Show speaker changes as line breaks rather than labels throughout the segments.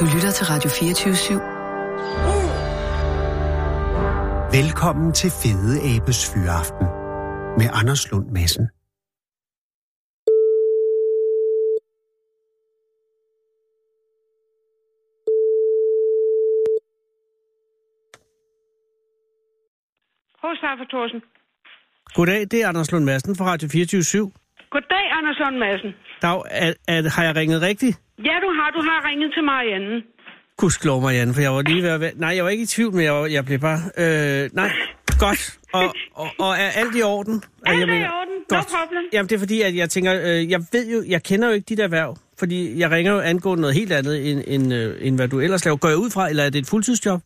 Du lytter til Radio 24
Velkommen til Fede Abes Fyraften med Anders Lund Madsen.
Hos Saffer Thorsen.
Goddag, det er Anders Lund Madsen fra Radio 24
Goddag, Anders Lund Madsen.
Dag, er, er, har jeg ringet rigtigt?
Ja, du har. Du har ringet til Marianne.
Gudskelov, Marianne, for jeg var lige ved at være... Nej, jeg var ikke i tvivl, men jeg, var, jeg blev bare... Øh, nej, godt. Og, og, og er alt i orden? Og
Alt
jeg
er i orden. No problem.
Jamen, det er fordi, at jeg tænker... Øh, jeg ved jo... Jeg kender jo ikke dit erhverv, fordi jeg ringer jo angående noget helt andet, end, end, øh, end hvad du ellers laver. Går jeg ud fra, eller er det et fuldtidsjob?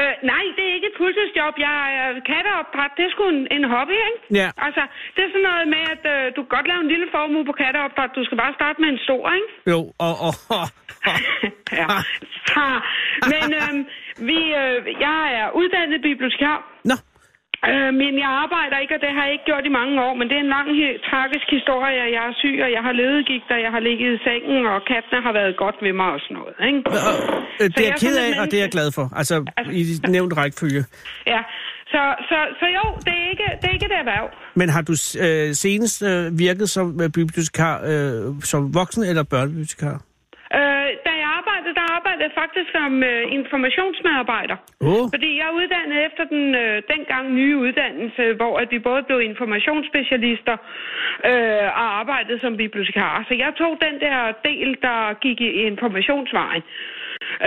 Øh, nej, det er ikke et fuldtidsjob. Jeg er katteopdræt. Det er sgu en, en hobby, ikke?
Ja.
Altså, det er sådan noget med, at øh, du kan godt lave en lille formue på katteopdræt. Du skal bare starte med en stor, ikke?
Jo, og... og, og, og
ja. Ha. Men øh, vi, øh, jeg er uddannet bibliotekar.
nå,
Øh, men jeg arbejder ikke, og det har jeg ikke gjort i mange år, men det er en lang, he- tragisk historie, og jeg er syg, og jeg har ledegigt, og jeg har ligget i sengen, og kattene har været godt ved mig og sådan noget, ikke?
øh, det
jeg
er
er
jeg
sådan
ked
et
af, og det er jeg glad for. Altså, i nævnt rækkefølge.
Ja, så, så, så jo, det er ikke det, er ikke det erhverv.
Men har du øh, senest øh, virket som øh, bibliotekar, øh, som voksen eller børnebibliotekar?
Øh, da jeg arbejdede, der arbejdede jeg faktisk som øh, informationsmedarbejder.
Åh.
Fordi jeg er uddannet efter den øh, dengang nye uddannelse, hvor at vi både blev informationsspecialister øh, og arbejdede som bibliotekarer. Så jeg tog den der del, der gik i informationsvejen.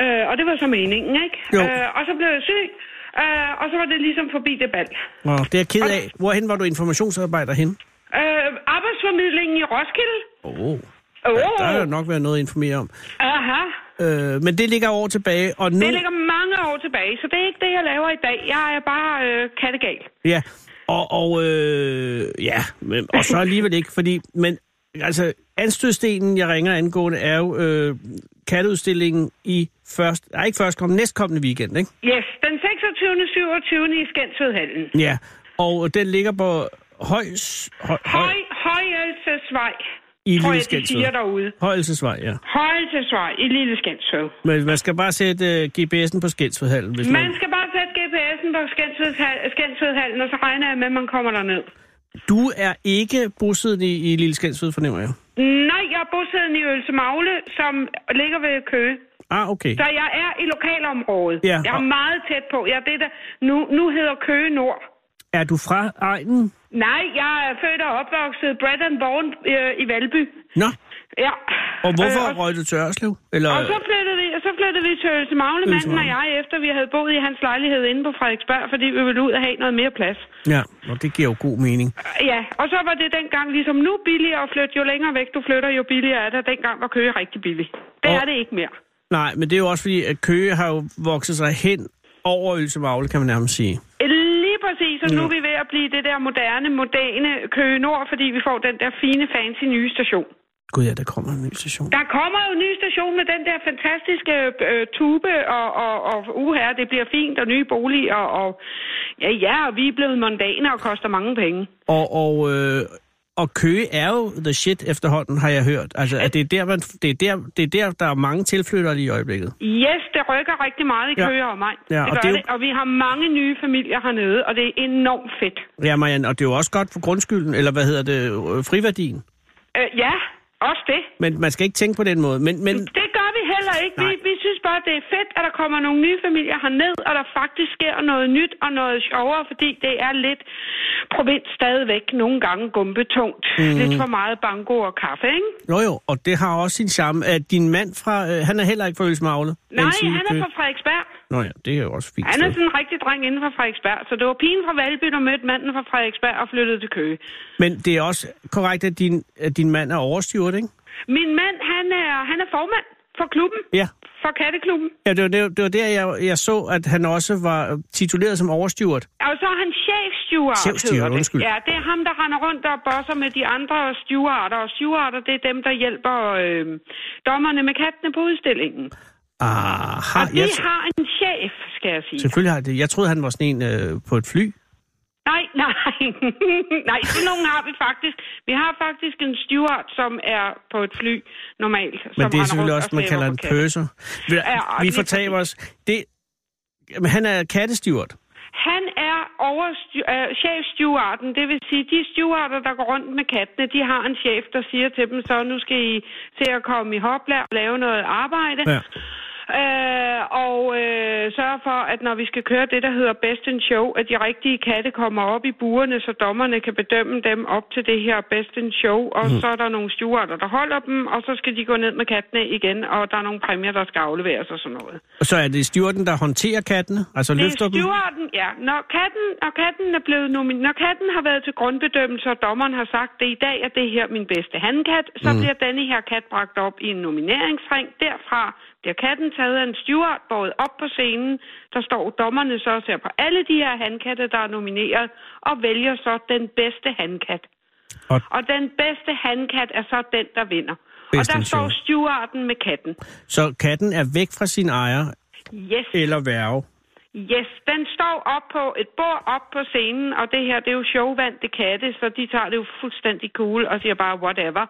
Øh, og det var så meningen, ikke?
Jo.
Øh, og så blev jeg syg, øh, og så var det ligesom forbi det bal.
Nå, det er jeg ked af. Hvorhen var du informationsarbejder hen?
Øh, arbejdsformidlingen i Roskilde.
Åh, oh,
Åh,
der har jo nok været noget at informere om.
aha.
Øh, men det ligger over tilbage, og nu...
Det ligger mange år tilbage, så det er ikke det, jeg laver i dag. Jeg er bare øh, kattegal.
Ja, og, og, øh, ja, men, og så alligevel ikke, fordi... Men altså, anstødstenen, jeg ringer angående, er jo øh, katteudstillingen i først... Nej, ikke førstkommende, næstkommende weekend, ikke?
Yes, den 26. 27. i Skensvedhallen.
Ja, og den ligger på Højs... Høj,
Høj, Højelsesvej,
I
tror
Lille
jeg, de siger
Skensved.
derude.
Højelsesvej, ja.
Højelsesvej i Lille Skensved.
Men man skal bare sætte uh, GPS'en på Skensvedhallen, hvis man...
Man skal bare sætte GPS'en på Skensvedhal- Skensvedhallen, og så regner jeg med, at man kommer derned.
Du er ikke bosiddende i, i Lille Skensved, fornemmer jeg.
Nej, jeg er bosiddende i Ølsemagle, som ligger ved Køge.
Ah, okay.
Så jeg er i lokalområdet.
Ja,
Jeg er
og-
meget tæt på. Jeg er det, der nu, nu hedder Køge Nord.
Er du fra egnen?
Nej, jeg er født og opvokset bred and born øh, i Valby.
Nå,
Ja.
og hvorfor
Øh,
øh, røg du til Ørslev? Eller...
og, og, så flyttede vi, og så flyttede vi til Ølse Magne, manden og
Magle.
jeg, efter vi havde boet i hans lejlighed inde på Frederiksberg, fordi vi ville ud og have noget mere plads.
Ja, og det giver jo god mening.
Øh, Ja, og så var det dengang ligesom nu billigere at flytte. Jo længere væk du flytter, jo billigere er det. Og Dengang var Køge rigtig billig. Det
Og-
er det ikke mere.
Nej, men det er jo også fordi, at Køge har jo vokset sig hen over Ølsemagle, kan man nærmest sige.
Øh, Lige præcis, og nu er vi ved at blive det der moderne, moderne Køge Nord, fordi vi får den der fine, fancy nye station.
Gud ja, der kommer en ny station.
Der kommer jo en ny station med den der fantastiske øh, tube, og, og, og uha, det bliver fint, og nye boliger, og, og ja, ja, og vi er blevet mondane og koster mange penge.
Og, og, øh, og Køge er jo the shit efterhånden, har jeg hørt. Altså, at det, er der, man, det, er der, det er der, der er mange tilflyttere lige i øjeblikket.
Yes, det rykker rigtig meget i
Ja.
køer og mig.
Ja,
det
og
gør
det er jo-
det, og vi har mange nye familier hernede, og det er enormt fedt.
Ja, Marianne, og det er jo også godt for grundskylden, eller hvad hedder det, øh, friværdien.
Øh, ja, også det.
Men man skal ikke tænke på den måde. Men, men
Det gør vi heller ikke. Vi,
Nej.
vi synes bare, det er fedt, at der kommer nogle nye familier herned, og der faktisk sker noget nyt og noget sjovere, fordi det er lidt provins stadigvæk nogle gange gumbetungt. Mm.
Mhm.
Lidt for meget banko og kaffe, ikke?
jo jo, og det har også sin charme, at din mand fra, øh, han er heller ikke fra Ølsmagle.
Nej, han er fra Frederiksberg.
Nå ja, det er jo også fint.
Han er
sted.
sådan en rigtig dreng inden for Frederiksberg, så det var pigen fra Valby, der mødte manden fra Frederiksberg og flyttede til Køge.
Men det er også korrekt, at din, at din mand er overstyret, ikke?
Min mand, han er, han er formand for klubben,
Ja.
for katteklubben.
Ja, det var, det var, det var der, jeg, jeg så, at han også var øh, tituleret som overstyret.
Og så er han chefsteward,
Chefsteward,
hedder det.
undskyld.
Ja, det er ham, der render rundt og bosser med de andre stewarder. Og stewarder, det er dem, der hjælper øh, dommerne med kattene på udstillingen.
Ah, Aha,
Og de
jeg,
har en chef, skal jeg sige.
selvfølgelig har jeg det. Jeg troede, han var sådan en øh, på et fly.
Nej, nej, Nej, sådan nogen har vi faktisk. Vi har faktisk en steward, som er på et fly normalt. som
Men det er
render
selvfølgelig
rundt
også,
og
man
slæber
kalder
på
en
katte.
pøser. Vi,
Ja, og
vi
lige
fortaber os. Det, jamen, han er kattesteward.
Han er over øh, chefstewarden, det vil sige, de stewarder, der går rundt med kattene, de har en chef, der siger til dem, så nu skal I se at komme i hopla og lave noget arbejde.
Ja.
Øh, og øh, sørge for, at når vi skal køre det, der hedder Best in Show, at de rigtige katte kommer op i burerne, så dommerne kan bedømme dem op til det her Best in Show, og mm. så er der nogle stewarder, der holder dem, og så skal de gå ned med kattene igen, og der er nogle præmier, der skal afleveres og sådan noget.
Og så er det stewarden, der håndterer kattene, altså
Det
løfter
er
dem.
stewarden, ja. Når katten, når katten er blevet nomin- når katten har været til grundbedømmelse, og dommeren har sagt, det i dag er det her min bedste handkat, så mm. bliver denne her kat bragt op i en nomineringsring. Derfra bliver katten taget af en steward, båret op på scenen. Der står dommerne så og ser på alle de her handkatte, der er nomineret, og vælger så den bedste handkat.
Og-
Og, og den bedste handkat er så den, der vinder. Og
Best
der
in
står
show.
stewarden med katten.
Så katten er væk fra sin ejer
Yes.
eller værve.
Yes, den står op på et bord op på scenen, og det her, det er jo showvandte katte, så de tager det jo fuldstændig cool og siger bare whatever.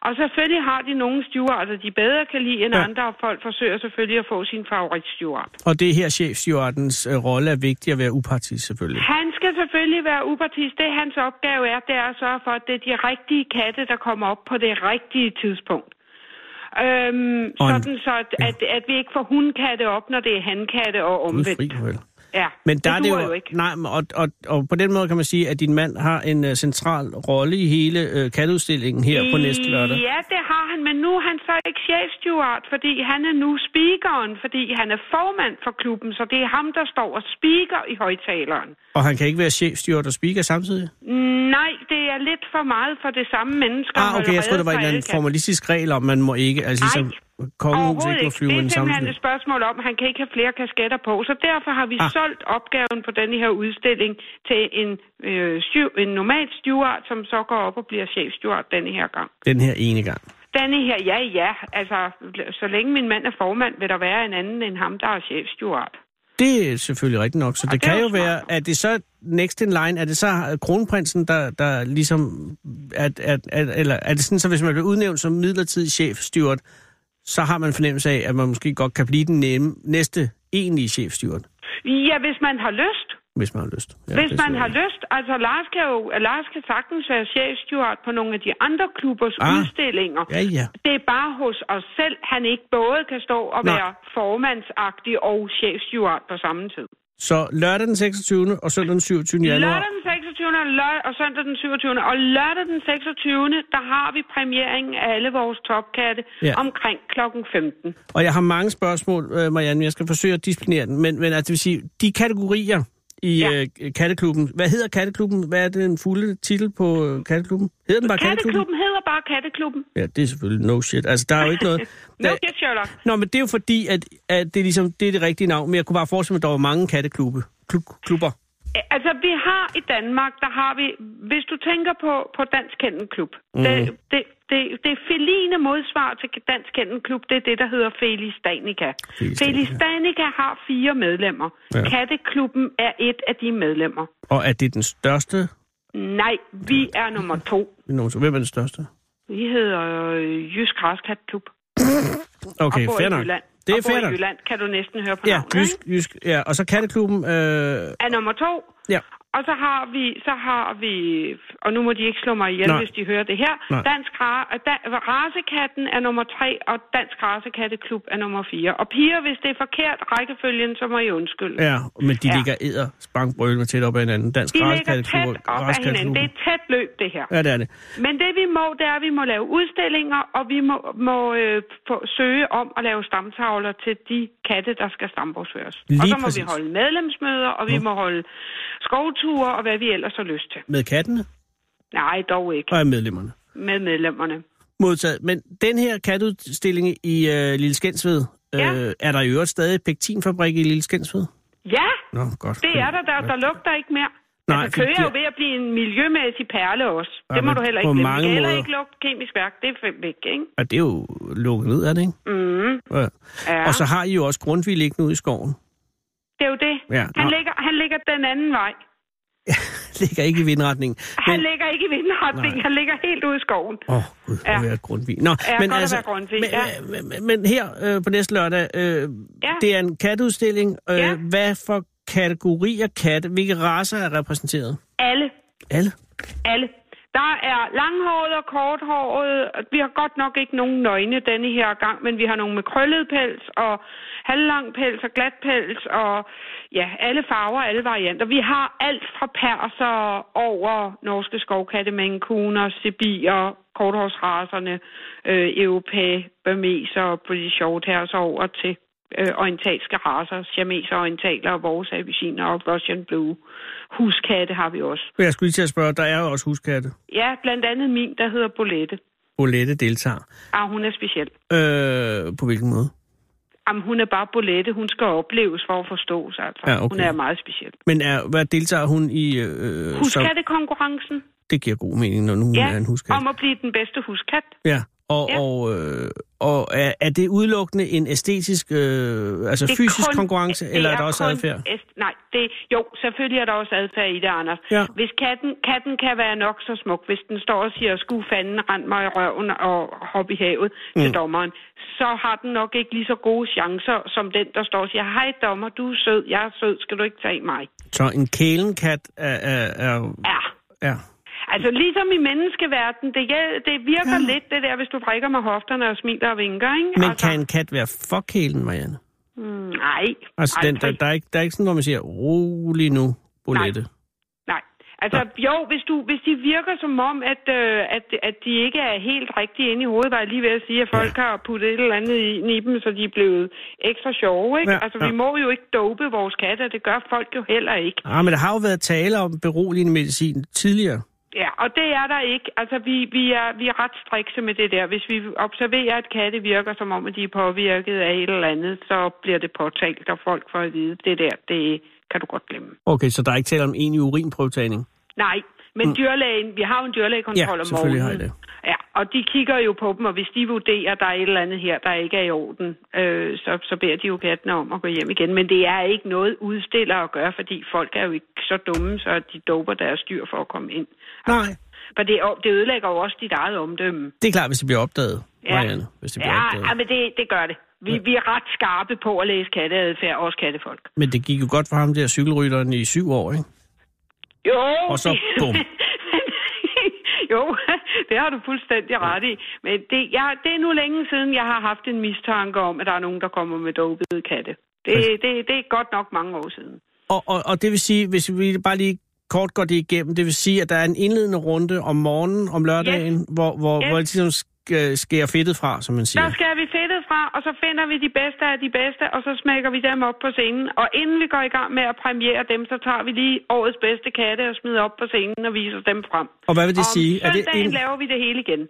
Og selvfølgelig har de nogle stewarder, de bedre kan lide end
Ja.
ja. andre, og folk forsøger selvfølgelig at få sin favoritsteward.
Og det er her chefstewardens øh, rolle er vigtig at være upartisk selvfølgelig.
Han skal selvfølgelig være upartisk. Det hans opgave er, det er at sørge for, at det er de rigtige katte, der kommer op på det rigtige tidspunkt. Øhm,
Og en-
sådan så, at, at, at vi ikke får hundkatte op, når det er hankatte og
Gud
omvendt.
fri, vel.
Ja,
Men der er det
duer
jo, Nej, men og, og, og på den måde kan man sige, at din mand har en uh, central rolle i hele uh, katteudstillingen her på næste lørdag.
Mm, Ja, det har han, men nu er han så ikke chefsteward, fordi han er nu speakeren, fordi han er formand for klubben, så det er ham, der står og speaker i højtaleren.
Og han kan ikke være chefstyret og speaker samtidig?
Nej, det er lidt for meget for det samme menneske. at
Ah,
holde
okay, jeg troede,
rede
der var en
for
eller anden
alle katte.
formalistisk regel om, man må ikke, altså
Nej,
ligesom kongehuset
Overhovedet
ikke må flyve med
Det
den
er
samme
simpelthen
fly.
et spørgsmål om, at han kan ikke have flere kasketter på. Så derfor har vi
Ah.
ah. solgt opgaven på denne her udstilling til en, øh, syv, en normal steward, som så går op og bliver chefsteward denne her gang.
Den her ene gang.
Denne her, ja, ja. Altså, så længe min mand er formand, vil der være en anden end ham, der er chefsteward.
Det er selvfølgelig rigtigt nok, så det,
det er
kan
jo
jo være, at det så next in line, er det så kronprinsen, der, der ligesom, at, at, at, eller er det sådan, så hvis man bliver udnævnt som midlertidig chefstyret, så har man fornemmelse af, at man måske godt kan blive den nemme, næste egentlige chefstyret,
Ja, hvis man har lyst.
hvis man har lyst. Ja,
Ja, hvis
det
man
sidder
har
jeg.
lyst. Altså, Lars kan jo Lars kan sagtens være chefsteward på nogle af de andre klubbers
Ah.
ah. udstillinger.
Ja, ja.
Det er bare hos os selv, han ikke både kan stå og
Nej.
være formandsagtig og chefsteward på samme tid.
Så lørdag den 26. og søndag den 27. januar.
Lørdag den 26. og, lø- og søndag den 27. Og lørdag den 26. der har vi premieringen af alle vores topkatte
Ja.
ja. omkring klokken 15.
Og jeg har mange spørgsmål, øh, Marianne, men jeg skal forsøge at disciplinere den. Men, men altså, det vil sige, de kategorier i ja.
Ja.
øh, katteklubben. Hvad hedder katteklubben? Hvad er den fulde titel på øh, katteklubben? Hedder den bare katteklubben?
Katteklubben hedder bare Katteklubben.
Ja, det er selvfølgelig no shit. Altså, der er jo ikke noget...
No
Der,
shit, Sherlock.
Nå, men det er jo fordi, at, at det, er ligesom, det er det rigtige navn. Men jeg kunne bare forestille mig, at der var mange katteklubbe. Klub, klubber.
Øh, Altså, vi har i Danmark, der har vi... Hvis du tænker på, på Dansk Kennelklub,
Mhm.
mm. det, det, det, det feline modsvar til Dansk Kennelklub, det er det, der hedder Felis Danica.
Felis
Felis
Danica.
Danica har fire medlemmer.
Ja.
Ja. Katteklubben er et af de medlemmer.
Og er det den største?
Nej, vi er nummer to.
Hvem er den største?
Vi hedder øh, Jysk Græskatklub. og
Okay,
bor
fair
i
nok.
Jylland.
Det er
og bor
fair
i
nok.
Jylland, kan du næsten høre på
Ja,
navnet,
jysk,
ikke?
jysk, ja. Og så katteklubben... Øh,
Er nummer to.
ja.
Og så har vi, så har vi, og nu må de ikke slå mig ihjel,
Nej.
Nej. hvis de hører det her.
Nej.
Nej. Dansk ra- da, Rasekatten er nummer tre, og Dansk Rasekatte-klub er nummer fire. Og piger, hvis det er forkert rækkefølgen, så må I undskylde. Ja.
Ja, men de ja.
Ja.
ligger æder spankbrølende tæt op ad hinanden. Dansk
De ligger
Raskatteklub
tæt
og
op af hinanden. Det er et tæt løb, det her.
Ja, det er det.
Men det vi må, det er, at vi må lave udstillinger, og vi må, må øh, få, søge om at lave stamtavler til de katte, der skal stambogsføres. Og
Lige
så må
præcis.
vi holde medlemsmøder, og vi må holde skovture, og hvad vi ellers har lyst til.
Med kattene
Nej, dog ikke.
og af medlemmerne.
med medlemmerne.
Modtaget. Men den her katudstilling i øh, Lille Skensved, øh,
Ja.
er der i øvrigt stadig pektinfabrik i Lille Skensved?
Ja,
Nå, godt.
det er der. Der, der lugter ikke mere.
Nej,
Nej, altså,
fordi
køer
de-
er jo ved at blive en miljømæssig perle også.
Ja,
Ja, det må
men
du heller
på
ikke glemme.
mange
Det kan heller
måder.
ikke lugte kemisk værk. Det er væk, ikke?
Og det er jo lukket ned, er det ikke?
Mm,
Ja.
ja.
Og så har I jo også Grundtvig liggende ude i skoven.
Det er jo det.
Ja,
han,
nå.
ligger, han ligger den anden vej.
ligger ikke i vindretningen.
Han ligger ikke i vindretningen,
Nej.
han ligger helt ude i skoven.
Åh, oh, gud, hvor
Ja.
ja. været Grundtvig. Nå,
Ja, godt at være Grundtvig,
men,
ja.
øh, men, men her øh, på næste lørdag, øh,
Ja.
det er en katteudstilling. Øh,
Ja.
Hvad for kategorier katte, hvilke raser er repræsenteret?
Alle
Alle.
Alle. Der er langhåret og korthåret. Vi har godt nok ikke nogen nøgne denne her gang, men vi har nogle med krøllet pels og halvlang pels og glat pels og ja, alle farver alle varianter. Vi har alt fra perser over norske skovkatte, mankuner, sibier, korthårsraserne, øh, europæ, burmeser og british shorthairs over til øh, orientalske raser, siameser, orientaler, vores abysiner og Russian blue. Huskatte har vi også.
Jeg skulle lige til at spørge, der er jo også huskatte.
Ja, blandt andet min, der hedder Bolette.
Bolette deltager.
Ah, hun er speciel.
Øh, på hvilken måde?
Jamen, hun er bare Bolette. Hun skal opleves for at forstås, altså.
Ja, okay.
Hun er meget speciel.
Men er, hvad deltager hun i? Øh, så
Huskattekonkurrencen.
det giver god mening, når nu hun
Ja,
er en huskat.
om at blive den bedste huskat.
Ja, og,
Ja.
ja. og, øh, og er, er det udelukkende en æstetisk, øh, altså
Det er
fysisk
kun-
konkurrence,
det
eller er
er
der også
kun
adfærd?
æst- Nej, det, jo, selvfølgelig er der også adfærd i det, Anders.
Ja.
Hvis katten, katten kan være nok så smuk, hvis den står og siger, sku fanden, rend mig i røven og hop i havet mm. til dommeren, så har den nok ikke lige så gode chancer som den, der står og siger, hej dommer, du er sød, jeg er sød, skal du ikke tage mig?
Så en kælenkat er... er, er,
Ja.
er
Altså ligesom i menneskeverdenen, det, ja, det virker ja. lidt det der, hvis du drikker med hofterne og smiler og vinker, ikke?
men
altså,
kan en kat være for kælen, Marianne?
mm, Nej.
Altså, den, der,
aldrig.
der, er ikke, der er ikke sådan, hvor man siger, rolig nu, Bolette.
Nej. Altså, jo, hvis, du, hvis de virker som om, at, øh, at, at de ikke er helt rigtige inde i hovedet, var jeg lige ved at sige, at folk ja. har puttet et eller andet i, i dem, så de er blevet ekstra sjove, ikke?
Ja,
Ja, altså, vi
ja.
må jo ikke dope vores katte, og det gør folk jo heller ikke.
Ah, men der har jo været tale om beroligende medicin tidligere.
Ja, og det er der ikke. Altså, vi, vi, er, vi er ret strikse med det der. Hvis vi observerer, at katte virker, som om at de er påvirket af et eller andet, så bliver det påtalt, og folk får at vide, det der, det kan du godt glemme.
Okay, så der er ikke tale om egentlig urinprøvetagning.
Nej, men mm. dyrlægen, vi har jo en dyrlægekontrol
Ja,
om
selvfølgelig har I
morgenen. Ja, og de kigger jo på dem, og hvis de vurderer, at der er et eller andet her, der ikke er i orden, øh, så, så beder de jo kattene om at gå hjem igen. Men det er ikke noget udstiller at gøre, fordi folk er jo ikke så dumme, så de doper deres dyr for at komme ind.
Nej.
For det, det ødelægger jo også dit eget omdømme.
Det er klart, hvis det bliver opdaget, ja. Marianne. Hvis det bliver
ja,
opdaget.
ja, men det, det gør det. Vi, vi er ret skarpe på at læse katteadfærd, også kattefolk.
Men det gik jo godt for ham der cykelrytteren i syv år, ikke?
Jo,
Og så
det-
bum.
jo, det har du fuldstændig ret i. Men det, jeg, det er nu længe siden, jeg har haft en mistanke om, at der er nogen, der kommer med dopede katte. Det, det, det er godt nok mange år siden.
Og, og, og det vil sige, hvis vi bare lige kort går det igennem, det vil sige, at der er en indledende runde om morgenen, om lørdagen, yes. hvor, hvor, yes.
Yes.
hvor det ligesom sk- øh, skærer fedtet fra, som man siger.
Der skærer vi fedtet fra, og så finder vi de bedste af de bedste, og så smækker vi dem op på scenen. Og inden vi går i gang med at premiere dem, så tager vi lige årets bedste katte og smider op på scenen og viser dem frem.
Og hvad vil det
Om
sige? Er det,
søndagen
en,
laver vi det hele igen.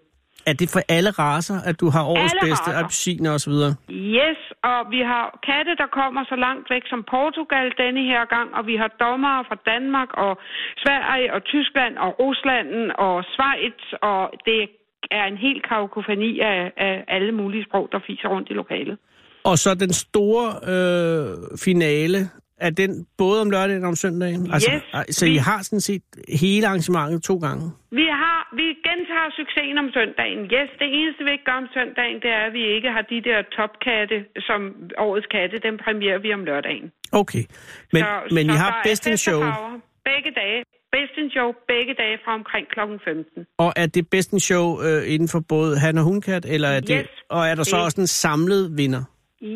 er det for alle raser, at du har årets
Alle
bedste
racer.
appelsiner osv.? Åh,
Yes, og vi har katte, der kommer så langt væk som Portugal denne her gang, og vi har dommere fra Danmark og Sverige og Tyskland og Rusland og Schweiz, og det er en hel kakofoni af, af alle mulige sprog, der fiser rundt i lokalet.
Og så den store øh, finale, er den både om lørdagen og om søndagen? Altså,
Yes.
ej, så I har sådan set hele arrangementet to gange?
Vi, har, vi gentager succesen om søndagen. Yes, det eneste, vi ikke gør om søndagen, det er, at vi ikke har de der topkatte, som årets katte, dem premierer vi om lørdagen.
Okay. Men,
så,
men
så
I
der
har
er
Best in
fest og
Show,
farver Begge dage. Best in Show begge dage fra omkring kl. 15.
og er det Best in Show øh, inden for både han og hunkat, eller er det,
Yes.
og er der så
Det-
også en samlet vinder?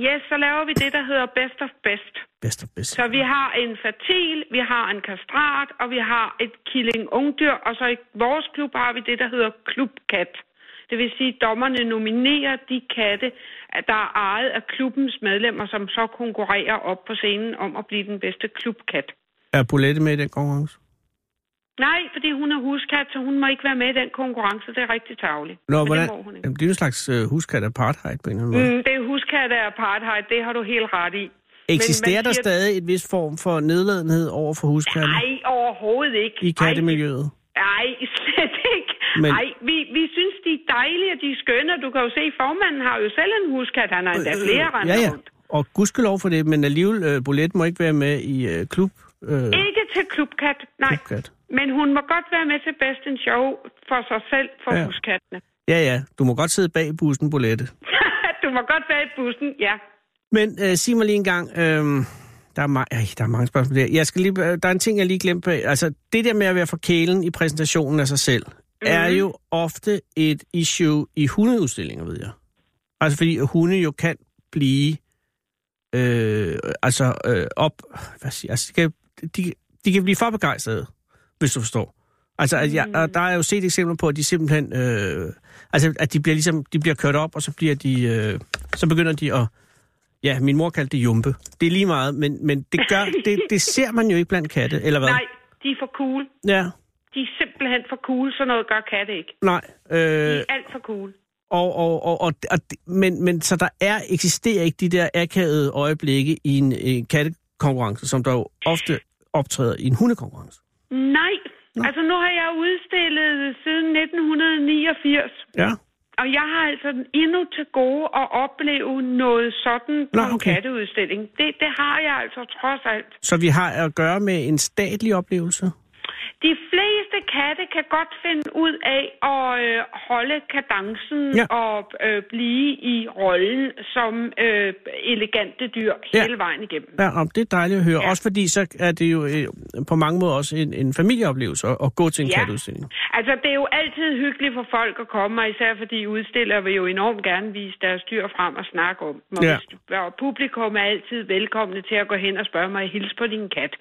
Yes, så laver vi det, der hedder Best of Best.
Best of Best.
Så vi har en fertil, vi har en kastrat, og vi har et killing ungdyr, og så i vores klub har vi det, der hedder klubkat. Det vil sige, at dommerne nominerer de katte, at der er ejet af klubbens medlemmer, som så konkurrerer op på scenen om at blive den bedste klubkat.
Er Bolette med i den konkurrence?
Nej, fordi hun er huskat, så hun må ikke være med i den konkurrence. Det er rigtig tageligt.
Nå,
Men
hvordan?
Det må hun ikke.
Jamen, det er jo en slags øh, huskat apartheid på en eller anden måde. Mm,
Mm, det er huskat af apartheid, det har du helt ret i.
Eksisterer
man
der
siger-
stadig et vis form for nedladenhed over for huskatte
Nej, overhovedet ikke.
i kattemiljøet?
Nej, slet ikke. Men...
Men-
Ej, vi, vi synes, de er dejlige, og de er skønne. og Du kan jo se, formanden har jo selv en huskat. Han har endda flere øh,
ja, ja.
rundt.
Og gudskelov for det, men alligevel, øh, Bolette må ikke være med i øh, klub. Øh,
Ikke til klubkat, nej.
klubkat.
Men hun må godt være med til Best in Show for sig selv, for
Ja.
ja. huskattene.
Ja, ja. Du må godt sidde bag bussen, Bolette.
du må godt være i bussen, ja.
Men øh, sig mig lige en gang, øh, der, er ma- ej, der er mange spørgsmål der. Jeg skal lige, øh, der er en ting, jeg lige glemte. bag- Altså, det der med at være for kælen i præsentationen af sig selv, mm. er
Mhm.
jo ofte et issue i hundeudstillinger, ved jeg. Altså, fordi hunde jo kan blive... Øh, altså, øh, op... Hvad siger, altså, de, kan, de, de kan blive for begejstrede, hvis du forstår. Altså, at jeg, og der er jo set eksempler på, at de simpelthen... Øh, altså, at de bliver ligesom... De bliver kørt op, og så bliver de... Øh, så begynder de at... Ja, min mor kaldte det jumpe. Det er lige meget, men, men det, gør, det, det ser man jo ikke blandt katte, eller hvad?
Nej, de er for cool.
Ja,
De er simpelthen for cool, så noget gør katte ikke.
nej.
De
Øh,
er alt for cool.
Og, og, og, og, og det- men, men så der er, eksisterer ikke de der akavede øjeblikke i en, en kattekonkurrence, som der jo ofte optræder i en hundekonkurrence.
Nej, altså nu har jeg udstillet siden 1989.
Ja.
Og jeg har altså endnu til gode at opleve noget sådan på
Nå,
en
okay.
katteudstilling. Det, det har jeg altså trods alt.
Så vi har at gøre med en statlig oplevelse.
De fleste katte kan godt finde ud af at øh, holde kadencen
Ja.
ja. og øh, blive i rollen som øh, elegante dyr
Ja.
ja. hele vejen igennem.
Ja, om det er dejligt at høre. Ja.
Ja.
Også fordi så er det jo øh, på mange måder også en, en familieoplevelse at, at gå til en ja. katteudstilling.
Altså, det er jo altid hyggeligt for folk at komme, og især fordi udstillere vil jo enormt gerne vise deres dyr frem og snakke om dem. Og,
Ja.
hvis- og publikum er altid velkomne til at gå hen og spørge mig, hils på din kat.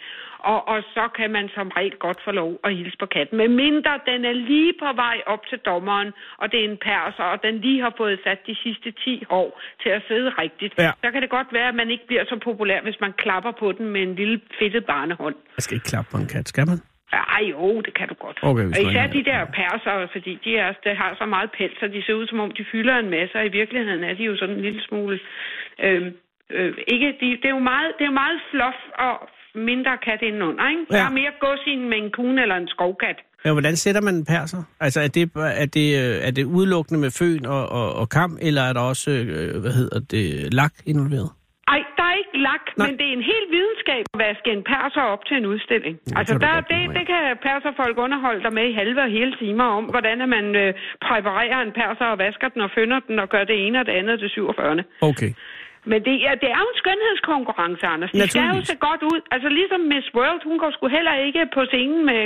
Og, og så kan man som regel godt få lov at hilse på katten, med mindre den er lige på vej op til dommeren, og det er en perser, og den lige har fået sat de sidste 10 år til at sidde rigtigt.
Ja.
Så kan det godt være, at man ikke bliver så populær, hvis man klapper på den med en lille fedtet barnehånd.
Man skal ikke klappe på en kat, skal man?
Ej, jo, det kan du godt.
Okay, hvis
og
man
især
ikke-
de der perser, fordi de, er, de har så meget pels, så de ser ud, som om de fylder en masse, og i virkeligheden er de jo sådan en lille smule... Øh, øh, ikke, de, det er jo meget, det er jo meget fluff og mindre kat indenunder, ikke?
Ja.
Ja. Der er mere gås i en med en kune eller en skovkat.
Ja, hvordan sætter man en perser? Altså, er det, er det, øh, er det udelukkende med føn og, og, og kam, eller er der også, øh, hvad hedder det, lak involveret?
Ej, der er ikke lak,
Nej.
Nej. men det er en hel videnskab at vaske en perser op til en udstilling.
det
Ja, altså,
kan du
der,
godt
det,
blive med i.
det kan perserfolk underholde dig med i halve og hele timer om, hvordan at man øh, præparerer en perser og vasker den og fønder den og gør det ene og det andet til 47.
Okay.
Men det, ja, det er jo en skønhedskonkurrence, Anders. De skal jo
Naturligvis.
se godt ud. Altså ligesom Miss World, hun går sgu heller ikke på scenen med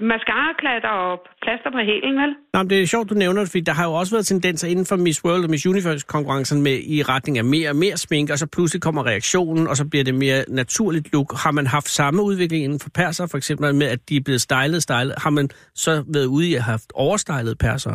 mascaraklatter og plaster på hælen, vel?
Nå, men det er sjovt, du nævner det, fordi der har jo også været tendenser inden for Miss World og Miss Universe-konkurrencen med i retning af mere og mere smink, og så pludselig kommer reaktionen, og så bliver det mere naturligt look. Har man haft samme udvikling inden for perser, for eksempel med, at de er blevet stylet, stylet? Har man så været ude i at have haft overstylet perser?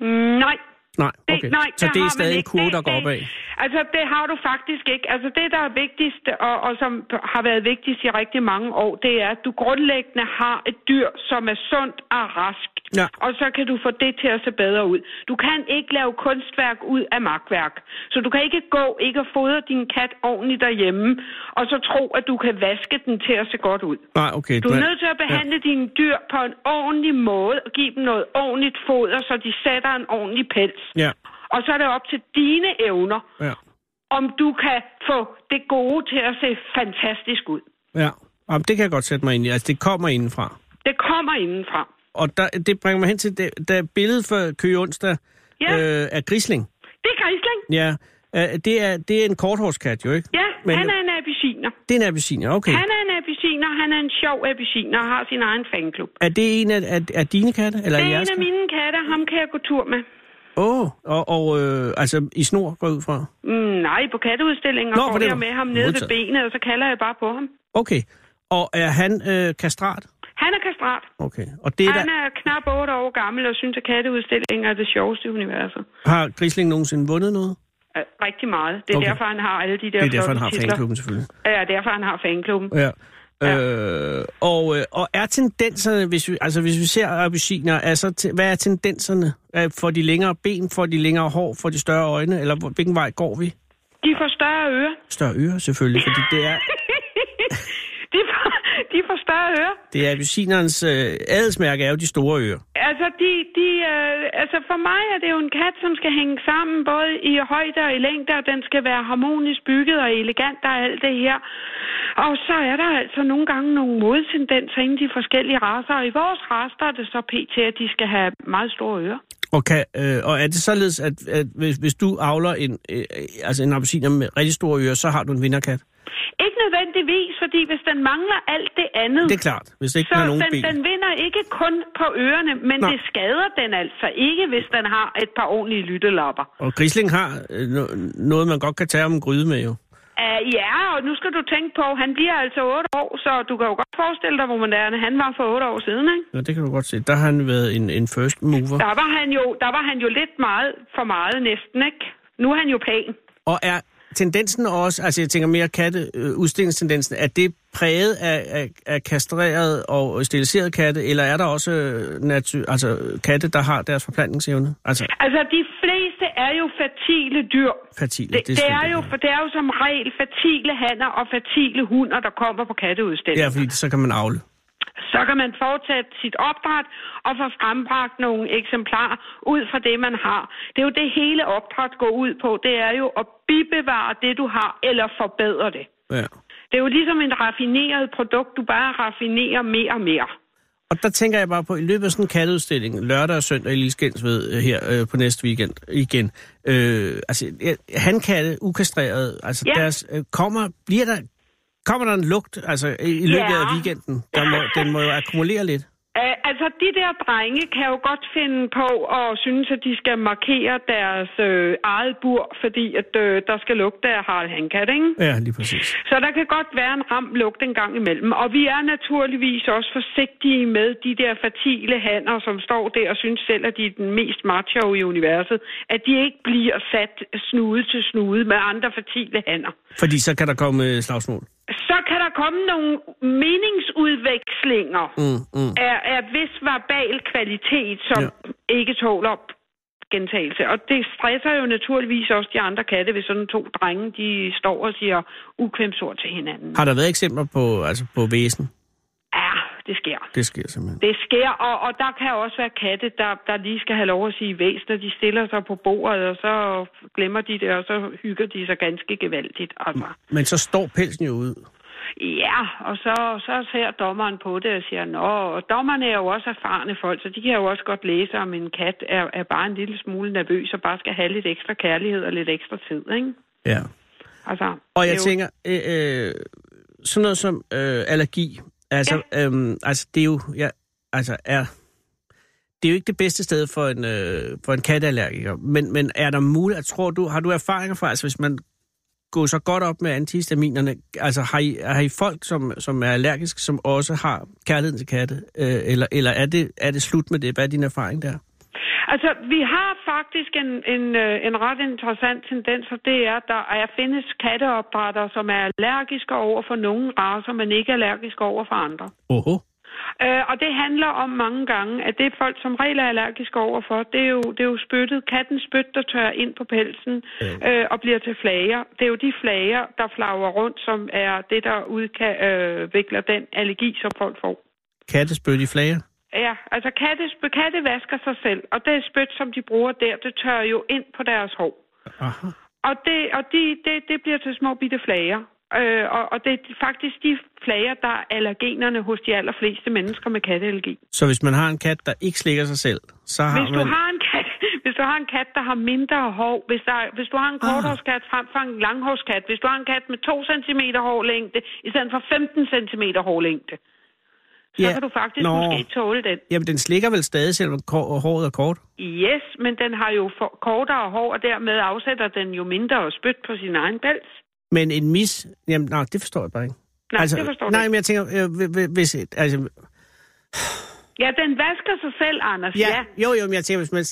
Mm, nej.
Nej,
Det,
okay.
nej,
så det
har
er
man
stadig en
ikke.
kurve,
Det-
der går
det-
opad.
Altså, det har du faktisk ikke. Altså, det, der er vigtigst, og, og som har været vigtigst i rigtig mange år, det er, at du grundlæggende har et dyr, som er sundt og rask.
Ja.
Og så kan du få det til at se bedre ud. Du kan ikke lave kunstværk ud af magtværk. Så du kan ikke gå, ikke at fodre din kat ordentligt derhjemme, og så tro, at du kan vaske den til at se godt ud.
Nej, okay.
Du er nødt til at behandle ja. dine dyr på en ordentlig måde og give dem noget ordentligt foder, så de sætter en ordentlig pels.
Ja,
Og så er det op til dine evner,
ja,
om du kan få det gode til at se fantastisk ud.
ja. ja. Jamen, det kan jeg godt sætte mig ind i. Altså, det kommer indenfra.
Det kommer indenfra.
Og der, det bringer mig hen til det, der billede for Køge Onsdag
Ja.
øh, af Grisling.
Det er grisling.
Ja, øh, det er, det er en korthårskat jo, ikke?
Ja,
Men-
Men...
Mm.
han er en appelsiner.
Det er en appelsiner, okay.
Han er en appelsiner, han er en sjov appelsiner og har sin egen fanklub.
Er det en af, af, af dine katte? Eller
Det er
jeres
en af mine katte, ham kan jeg gå tur med.
Åh, oh, og, og øh, altså i snor går jeg ud fra.
Mm, nej, på katteudstillingen
Nå, for
går
det
jeg
var-
med ham nede ved
modtaget.
benet, og så kalder jeg bare på ham.
Okay. Og er han øh, kastrat?
Han er kastrat.
Okay. Og det er
Han
der,
er knap 8 år gammel og synes, at katteudstillinger er det sjoveste i universet.
har Grisling nogensinde vundet noget?
Øh, Rigtig meget. Det er
Okay.
okay. derfor, han har alle de der
Det er derfor, han
flotte
har
titler.
fanklubben selvfølgelig.
Ja, derfor han har fanklubben.
Ja. Øh, og, øh, og er tendenserne, hvis vi, altså hvis vi ser appelsiner, altså, te- hvad er tendenserne? Øh, Får de længere ben, får de længere hår, får de større øjne, eller hvor- hvilken vej går vi?
De får større ører.
Større ører selvfølgelig, fordi det er,
De får, de får større ører.
det er appelsinerens øh, adelsmærke, er jo de store ører.
Altså, de, de, øh, altså for mig er det jo en kat, som skal hænge sammen, både i højde og i længde, og den skal være harmonisk bygget og elegant og alt det her. Og så er der altså nogle gange nogle modtendenser inden de forskellige raser, og i vores race, der er det så pt, at de skal have meget store ører.
Og, kan, øh, og er det således, at, at hvis, hvis du avler en, øh, altså en appelsiner med rigtig store ører, så har du en vinderkat?
Ikke nødvendigvis, fordi hvis den mangler alt det andet,
Det er klart, hvis ikke
Mm. så
den har nogen
den,
ben.
den vinder ikke kun på ørerne, men
Nej.
Nej. det skader den altså ikke, hvis den har et par ordentlige lyttelapper.
Og grisling har øh, no- noget, man godt kan tage om en gryde med jo.
Uh, ja, og nu skal du tænke på, han bliver altså 8 år, så du kan jo godt forestille dig, hvor moderne han var for 8 år siden, ikke?
Ja, det kan du godt se. Der har han været en, en first mover.
Der var han jo, der var han jo lidt meget for meget næsten, ikke? Nu er han jo pæn.
Og er tendensen også, altså jeg tænker mere katte, øh, udstillingstendensen, er det præget af, af, af kastreret og steriliseret katte, eller er der også øh, natu- altså, katte, der har deres forplantningsevne? Altså
Altså, de fleste er jo fertile dyr.
fertile.
Det, det, er
selvfølgelig-
jo, for det er jo som regel fertile hanner og fertile hunder, der kommer på
Ja,
katteudstillinger.
fordi så kan man avle.
så kan man fortsætte sit opdræt og få frembragt nogle eksemplarer ud fra det, man har. Det er jo det hele opdræt går ud på. Det er jo at bibevare det, du har, eller forbedre det.
Ja.
Det er jo ligesom en raffineret produkt, du bare raffinerer mere og mere.
Og der tænker jeg bare på, i løbet af sådan en katteudstilling, lørdag og søndag i Lille Skensved øh, her øh, på næste weekend igen, øh, altså øh, hankatte, ukastreret, altså ja.
Ja.
deres, øh, kommer, bliver der, kommer der en lugt altså, i- i løbet
Ja.
af weekenden? Der må, den må jo akkumulere lidt.
Øh, altså, de der drenge kan jo godt finde på at synes, at de skal markere deres øh, eget bur, fordi at, øh, der skal lugte af Harald Hankat, ikke?
Ja, lige præcis.
Så der kan godt være en ram lugt en gang imellem. Og vi er naturligvis også forsigtige med de der fertile hanner, som står der og synes selv, at de er den mest macho i universet, at de ikke bliver sat snude til snude med andre fertile hanner.
Fordi så kan der komme øh, slagsmål.
Så kan der komme nogle meningsudvekslinger
Mm, mm.
af, af vis verbal kvalitet, som
Ja.
ja. ikke tåler op gentagelse. Og det stresser jo naturligvis også de andre katte, hvis sådan to drenge, de står og siger ukvemsord til hinanden.
Har der været eksempler på, altså, på væsen?
Ja, det sker.
Det sker simpelthen.
Det sker, og, og der kan også være katte, der, der lige skal have lov at sige væs, når de stiller sig på bordet, og så glemmer de det, og så hygger de sig ganske gevaldigt. Altså.
Men så står pelsen jo ud.
Ja, og så, så ser dommeren på det og siger, nå, og dommerne er jo også erfarne folk, så de kan jo også godt læse, om en kat er, er bare en lille smule nervøs og bare skal have lidt ekstra kærlighed og lidt ekstra tid, ikke?
Ja.
Altså,
Og jeg
det er jo-
tænker, øh, øh, sådan noget som øh, allergi, altså, ja. øhm, altså det er jo, ja, altså er, det er jo ikke det bedste sted for en, øh, for en katteallergiker, men, men er der muligt, at tror du, har du erfaringer fra, altså hvis man går så godt op med antihistaminerne, altså har I, har I folk, som, som er allergiske, som også har kærligheden til katte, øh, eller, eller er, det, er det slut med det? Hvad er din erfaring der?
Altså, vi har faktisk en, en, øh, en ret interessant tendens, og det er, at der er, findes katteopdrættere, som er allergiske over for nogle raser, men ikke allergiske over for andre.
Oho.
Øh, og det handler om mange gange, at det folk som regel er allergiske over for, det er jo, det er jo spyttet. Katten spyt, der tørrer ind på pelsen øh, og bliver til flager. Det er jo de flager, der flager rundt, som er det, der udvikler den allergi, som folk får.
Kattespødt i flager?
Ja, altså katte, katte vasker sig selv, og det spyt, som de bruger der, det tørrer jo ind på deres hår.
Aha.
Og det, og de, det, det bliver til små bitte flager. Øh, og, og det er faktisk de flager, der er allergenerne hos de allerfleste mennesker med katteallergi.
Så hvis man har en kat, der ikke slikker sig selv, så har
Hvis
man...
du har en kat, hvis du har en kat, der har mindre hår, hvis, der, hvis du har
Ah.
en korthårskat frem for en langhårskat, hvis du har en kat med 2 cm hårlængde i stedet for 15 cm hårlængde, så
Ja.
kan du faktisk
Nå.
Nå. måske tåle den.
Jamen, den slikker vel stadig, selvom kor- håret er kort.
Yes, men den har jo for, kortere hår, og dermed afsætter den jo mindre spyt på sin egen pels.
Men en mis... Jamen, nej, det forstår jeg bare ikke. Altså,
Nej, det forstår du
Nej,
ikke.
men jeg tænker, øh, hvi- hvi- hvis... et- Altså,
Ja, den vasker sig selv, Anders, ja. ja.
ja, jo, jo, men jeg tænker, hvis, man,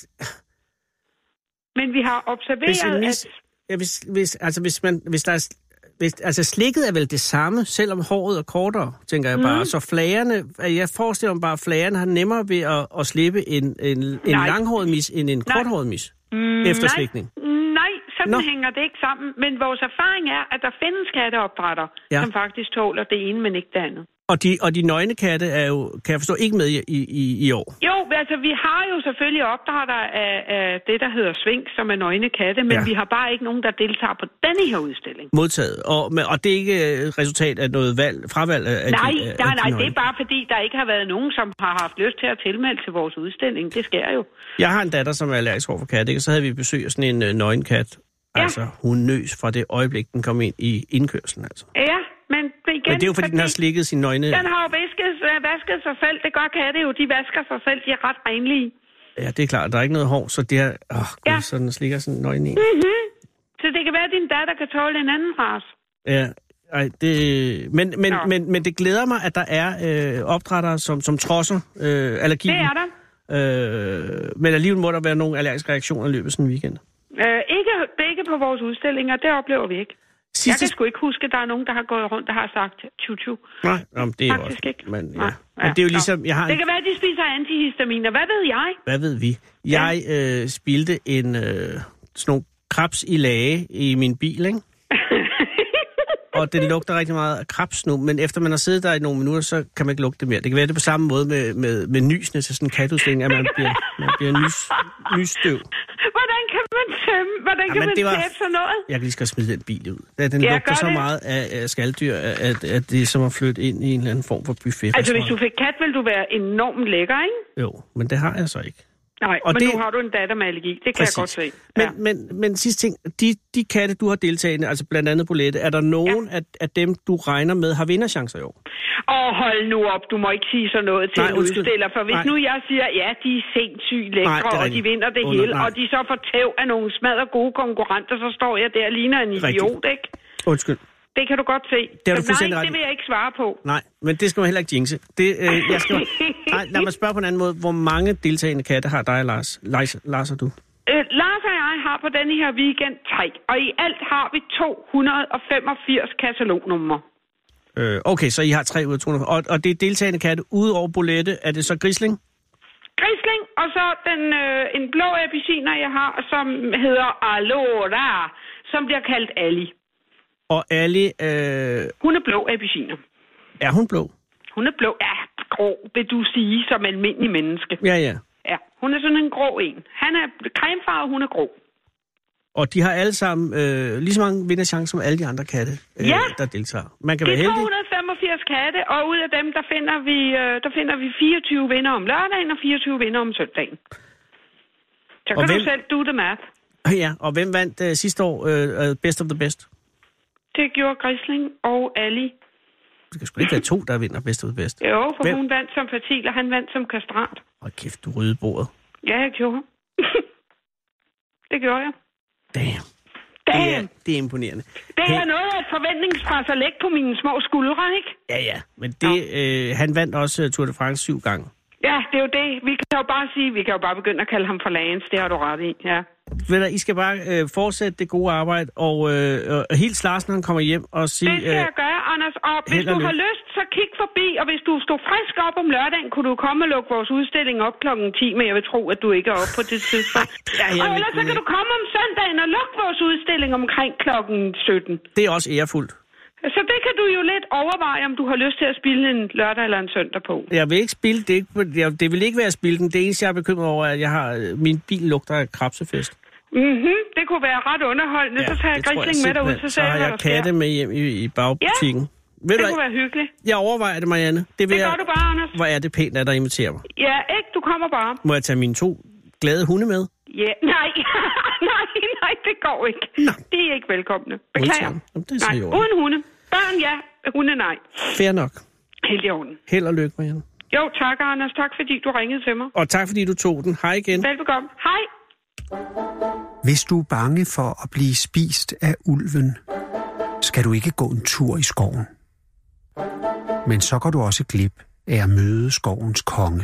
Men vi har
hvis en
observeret,
mis...
at...
Ja, hvis, hvis, altså, hvis, man, hvis der er... Hvis, altså, slikket er vel det samme, selvom håret er kortere, tænker jeg bare. Mm. Så flagerne... Jeg forestiller mig bare, at flagerne har nemmere ved at, at slippe en, en, en
Nej.
langhåret mis, end en korthåret mis. Mm, efter slikning.
Nej, nej sådan
Nå.
Nå. hænger det ikke sammen. Men vores erfaring er, at der findes katteopdrætter,
Ja.
ja. som faktisk tåler det ene, men ikke det andet.
Og de, og de nøgne katte er jo, kan jeg forstå, ikke med i, i, i år.
Jo, altså vi har jo selvfølgelig opdrætter af, af det, der hedder sving, som er nøgne katte, men
Ja.
ja. vi har bare ikke nogen, der deltager på denne her udstilling.
Modtaget. Og, men, og det er ikke øh, resultat af noget valg, fravalg af af
Nej,
de, af- af
nej,
de
nej, det
nøgne.
er bare fordi, der ikke har været nogen, som har haft lyst til at tilmelde til vores udstilling. Det sker jo.
Jeg har en datter, som er allergisk over for katte, ikke? og så havde vi besøg af sådan en øh, nøgenkat.
Ja.
Altså, hun nøs fra det øjeblik, den kom ind i indkørslen, altså.
Ja, men igen...
Men det er jo, fordi den har slikket sine nøgne...
Den har jo vasket, vasket sig selv. Det gør katte jo. De vasker sig selv. De er ret renlige.
Ja, det er klart. Der er ikke noget hår, så det er... Åh, oh, gud, ja.
Ja.
så den slikker sådan nøgne i.
Mhm. Så det kan være, at din datter kan tåle en anden race.
Ja, ej, det... Men, men,
Nå.
men, men det glæder mig, at der er øh, opdrættere, som, som trodser øh, allergien.
Det er der.
Øh, men alligevel må der være nogle allergiske reaktioner i løbet af sådan en weekend.
Øh, ikke, det er ikke på vores udstillinger. Det oplever vi ikke. Jeg
Sidste...
kan sgu ikke huske, at der er nogen, der har gået rundt og har sagt tju-tju.
Nej, nå, men det er jo
Faktisk
også...
ikke.
Men, ja.
Nej,
men det er jo
nå.
ligesom... Jeg har en
Det kan være, at de spiser antihistaminer. Hvad ved jeg?
hvad ved vi? Jeg øh, spildte en øh, sådan nogle krabs i lage i min bil, ikke? og det lugter rigtig meget af krabs nu, men efter man har siddet der i nogle minutter, så kan man ikke lugte det mere. Det kan være det er på samme måde med, med, med nysene til sådan en katudstilling, at man bliver, man bliver nys, nysstøv.
Hvordan kan man tømme? Hvordan kan
Jamen,
man
det var-
tæppe sådan noget?
Jeg kan lige skal smide den bil ud. Ja, den
Ja,
lugter
gør
så
det.
meget af, af skalddyr, at, at det er som at flytte ind i en eller anden form for buffet.
Altså, hvis du fik kat, ville du være enormt lækker, ikke?
Jo, men det har jeg så ikke.
Nej,
Og
men
det-
nu har du en datter med allergi. Det kan jeg godt se.
Men,
Ja.
men, men sidste ting, de, de katte, du har deltagende, altså blandt andet Bolette, er der nogen ja. af, af dem, du regner med, har vinderchancer i år?
Åh, hold nu op, du må ikke sige sådan noget til
Nej,
en
undskyld.
udstiller, for hvis
Nej.
nu jeg siger, ja, de er sindssygt
Nej, det
lækre,
er
og de
rigtigt.
vinder det
Under-
hele,
nej.
og de så får tæv af nogle smadre gode konkurrenter, så står jeg der og ligner en
Rigtigt.
idiot, ikke?
Undskyld.
Det kan du godt se.
har du
så
fuldstændig
nej,
ret i.
det vil jeg ikke svare på.
Nej, men det skal man heller ikke jinxe. Det, øh, jeg skal, nej, lad mig spørge på en anden måde. Hvor mange deltagende katte har dig, Lars? Lars, Lars og du?
Øh, Lars og jeg har på denne her weekend tre, og i alt har vi 285 katalognumre.
Øh, okay, så I har tre ud af 200. Og, og det er deltagende katte udover Bolette. Er det så Grisling?
Grisling, og så den, øh, en blå appelsiner, jeg har, som hedder Alora, som bliver kaldt Ali.
Og Ali, øh,
Hun er blå appelsiner.
er hun blå?
Hun er blå. Ja, grå, vil du sige, som almindelig menneske.
Ja, ja.
Ja, hun er sådan en grå en. Han er cremefarvet, hun er grå.
Og de har alle sammen øh, lige så mange vinderchancer som alle de andre katte, øh,
Ja.
der deltager. Man kan
Det
være
er
heldig.
285 katte, og ud af dem, der finder vi, øh, der finder vi 24 vinder om lørdagen og 24 vinder om søndagen. Så kan
Og
du
hvem-
selv do the math.
Ja, og hvem vandt øh, sidste år øh, øh, Best of the Best?
Det gjorde Grisling og Ali.
Det kan sgu ikke være to, der vinder Best of the Best.
Jo, for
Hvem-
hvem? hun vandt som fertil, og han vandt som kastrat.
Hold kæft, du rydde bordet.
Ja, jeg gjorde. det gjorde jeg.
Damn.
Damn,
Det, er, det er imponerende.
det er
Hey.
noget af et forventningspres at lægge på mine små skuldre, ikke?
Ja, ja. Men det, øh, han vandt også øh, Tour de France syv gange.
Ja, det er jo det. Vi kan jo bare sige, vi kan jo bare begynde at kalde ham for Lance. Det har du ret i, ja.
Ved du, I skal bare øh, fortsætte det gode arbejde, og øh, øh, helt Larsen, når han kommer hjem, og øh, sige...
Det skal jeg gøre, Anders. Og hvis
held og
du har
lykke.
lyst, så kig forbi. Og hvis du stod frisk op om lørdagen, kunne du komme og lukke vores udstilling op klokken 10, men jeg vil tro, at du ikke er oppe på det tidspunkt.
Ja, jeg
og
vil
ellers så
kunne
kan du komme om søndagen og lukke vores udstilling omkring klokken 17.
det er også ærefuldt.
Så det kan du jo lidt overveje, om du har lyst til at spille en lørdag eller en søndag på.
Jeg vil ikke spille det. Ikke, på- jeg, det vil ikke være at spille den. Det eneste, jeg er bekymret over, er, at jeg har, øh, min bil lugter af krabsefest.
Mhm, det kunne være ret underholdende. så tager jeg
det tror
Grisling med derud,
simpelthen.
så
så
ser jeg,
har
hvad
jeg
der sker.
katte med hjem i, i bagbutikken. Ja,
Det
Ved du,
kunne
hvad?
være hyggeligt.
jeg overvejer det, Marianne. Det, vil
Det
jeg,
gør du bare, Anders.
Hvor er det pænt, at der inviterer mig.
Ja, ikke? Du kommer bare.
Må jeg tage mine to glade hunde med?
Ja, nej, nej, nej, det går ikke.
Nå.
Det er ikke velkomne. Beklager.
Modtaget. Jamen, det er så
nej,
i orden.
uden hunde. Børn ja, hunde nej.
Fair nok.
Helt i orden.
Held og lykke, Marianne.
Jo, tak, Anders. Tak, fordi du ringede til mig.
Og tak, fordi du tog den. Hej igen.
Velbekomme. Hej.
Hvis du er bange for at blive spist af ulven, skal du ikke gå en tur i skoven. Men så går du også glip af at møde skovens konge.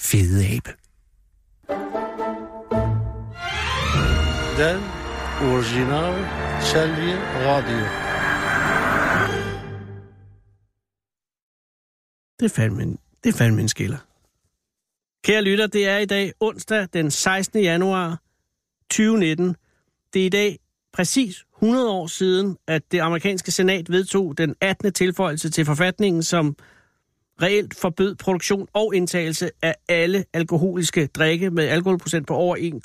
Fede abe.
Den orijinal Selvi Radyo.
Det er fandme en, det er fandme en skiller. Kære lytter, det er i dag onsdag den 16. januar 2019. Det er i dag præcis 100 100 år siden, at det amerikanske senat vedtog den 18. tilføjelse til forfatningen, som reelt forbød produktion og indtagelse af alle alkoholiske drikke med alkoholprocent på over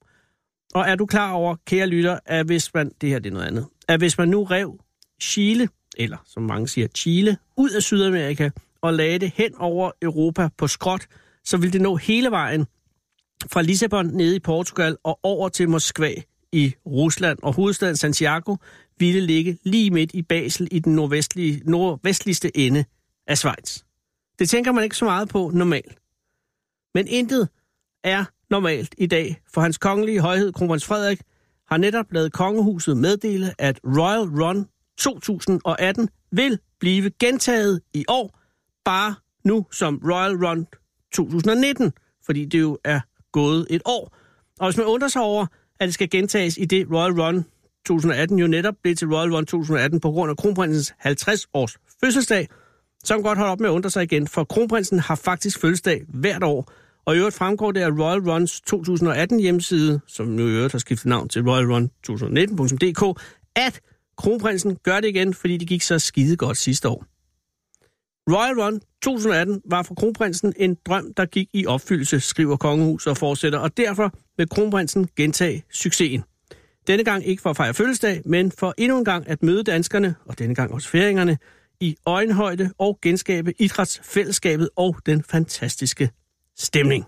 1,2. Og er du klar over, kære lytter, at hvis man, det her det er noget andet, at hvis man nu rev Chile, eller som mange siger Chile, ud af Sydamerika og lagde det hen over Europa på skråt, så ville det nå hele vejen fra Lissabon nede i Portugal og over til Moskva i Rusland, og hovedstaden Santiago ville ligge lige midt i Basel i den nordvestlige, nordvestligste ende af Schweiz. Det tænker man ikke så meget på normalt. Men intet er normalt i dag, for hans kongelige højhed, kronprins Frederik, har netop lavet kongehuset meddele, at Royal Run 2018 vil blive gentaget i år, bare nu som Royal Run 2019, fordi det jo er gået et år. Og hvis man undrer sig over, at det skal gentages i det Royal Run 2018 jo netop blev til Royal Run 2018 på grund af kronprinsens 50-års fødselsdag, så kan man godt holde op med at undre sig igen, for kronprinsen har faktisk fødselsdag hvert år. Og i øvrigt fremgår det af Royal Runs 2018 hjemmeside, som nu i øvrigt har skiftet navn til royalrun2019.dk, at kronprinsen gør det igen, fordi det gik så skide godt sidste år. Royal Run 2018 var for kronprinsen en drøm, der gik i opfyldelse, skriver kongehuset og fortsætter, og derfor vil kronprinsen gentage succesen. Denne gang ikke for at fejre fødselsdag, men for endnu en gang at møde danskerne, og denne gang også færingerne, i øjenhøjde og genskabe idrætsfællesskabet og den fantastiske stemning.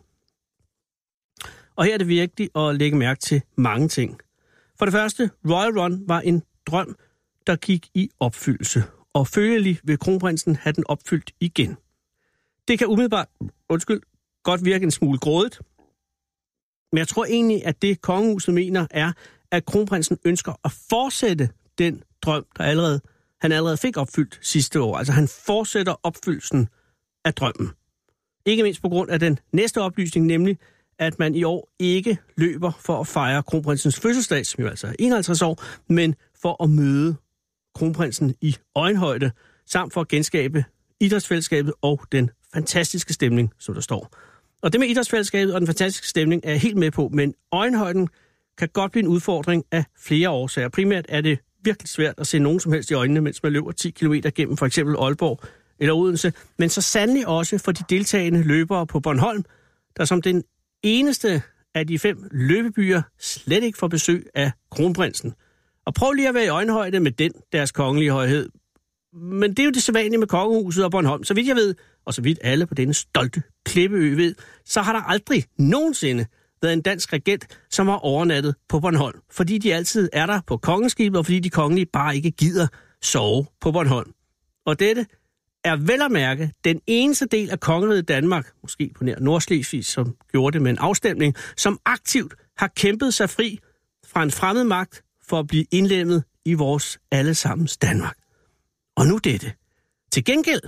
Og her er det vigtigt at lægge mærke til mange ting. For det første, Royal Run var en drøm, der gik i opfyldelse, og følgelig vil kronprinsen have den opfyldt igen. Det kan umiddelbart, undskyld, godt virke en smule grådigt, men jeg tror egentlig, at det kongehuset mener er, at kronprinsen ønsker at fortsætte den drøm, der allerede, han allerede fik opfyldt sidste år. Altså han fortsætter opfyldelsen af drømmen. Ikke mindst på grund af den næste oplysning, nemlig at man i år ikke løber for at fejre kronprinsens fødselsdag, som jo altså er 51 år, men for at møde kronprinsen i øjenhøjde, samt for at genskabe idrætsfællesskabet og den fantastiske stemning, som der står. Og det med idrætsfællesskabet og den fantastiske stemning er jeg helt med på, men øjenhøjden kan godt blive en udfordring af flere årsager. Primært er det virkelig svært at se nogen som helst i øjnene, mens man løber 10 km gennem for eksempel Aalborg eller Odense, men så sandelig også for de deltagende løbere på Bornholm, der som den eneste af de fem løbebyer slet ikke får besøg af kronprinsen. Og prøv lige at være i øjenhøjde med den, deres kongelige højhed. Men det er jo det sædvanlige med kongehuset og Bornholm. Så vidt jeg ved, og så vidt alle på denne stolte klippeø ved, så har der aldrig nogensinde været en dansk regent, som har overnattet på Bornholm. Fordi de altid er der på kongeskibet, og fordi de kongelige bare ikke gider sove på Bornholm. Og dette er vel at mærke den eneste del af kongeriget Danmark, måske på nær Nordslesvig, som gjorde det med en afstemning, som aktivt har kæmpet sig fri fra en fremmed magt for at blive indlemmet i vores allesammens Danmark. Og nu dette. Til gengæld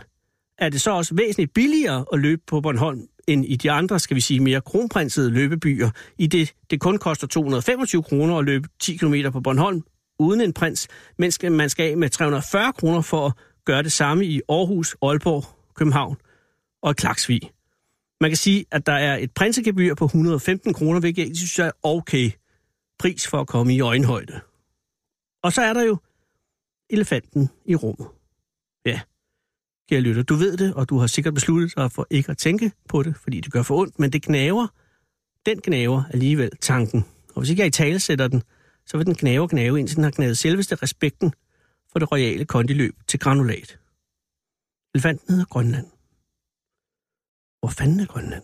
er det så også væsentligt billigere at løbe på Bornholm end i de andre, skal vi sige, mere kronprinsede løbebyer, i det det kun koster 225 kroner at løbe 10 km på Bornholm uden en prins, mens man skal af med 340 kroner for at gøre det samme i Aarhus, Aalborg, København og Klaksvig. Man kan sige, at der er et prinsegebyr på 115 kroner, hvilket jeg egentlig synes er okay pris for at komme i øjenhøjde. Og så er der jo elefanten i rummet. Ja, kære lytter, du ved det, og du har sikkert besluttet dig for ikke at tænke på det, fordi det gør for ondt, men det gnaver. Den gnaver alligevel tanken. Og hvis ikke jeg i tale sætter den, så vil den gnave og gnave, indtil den har gnavet selveste respekten for det royale kondiløb til granulat. Elefanten hedder Grønland. Hvor fanden er Grønland?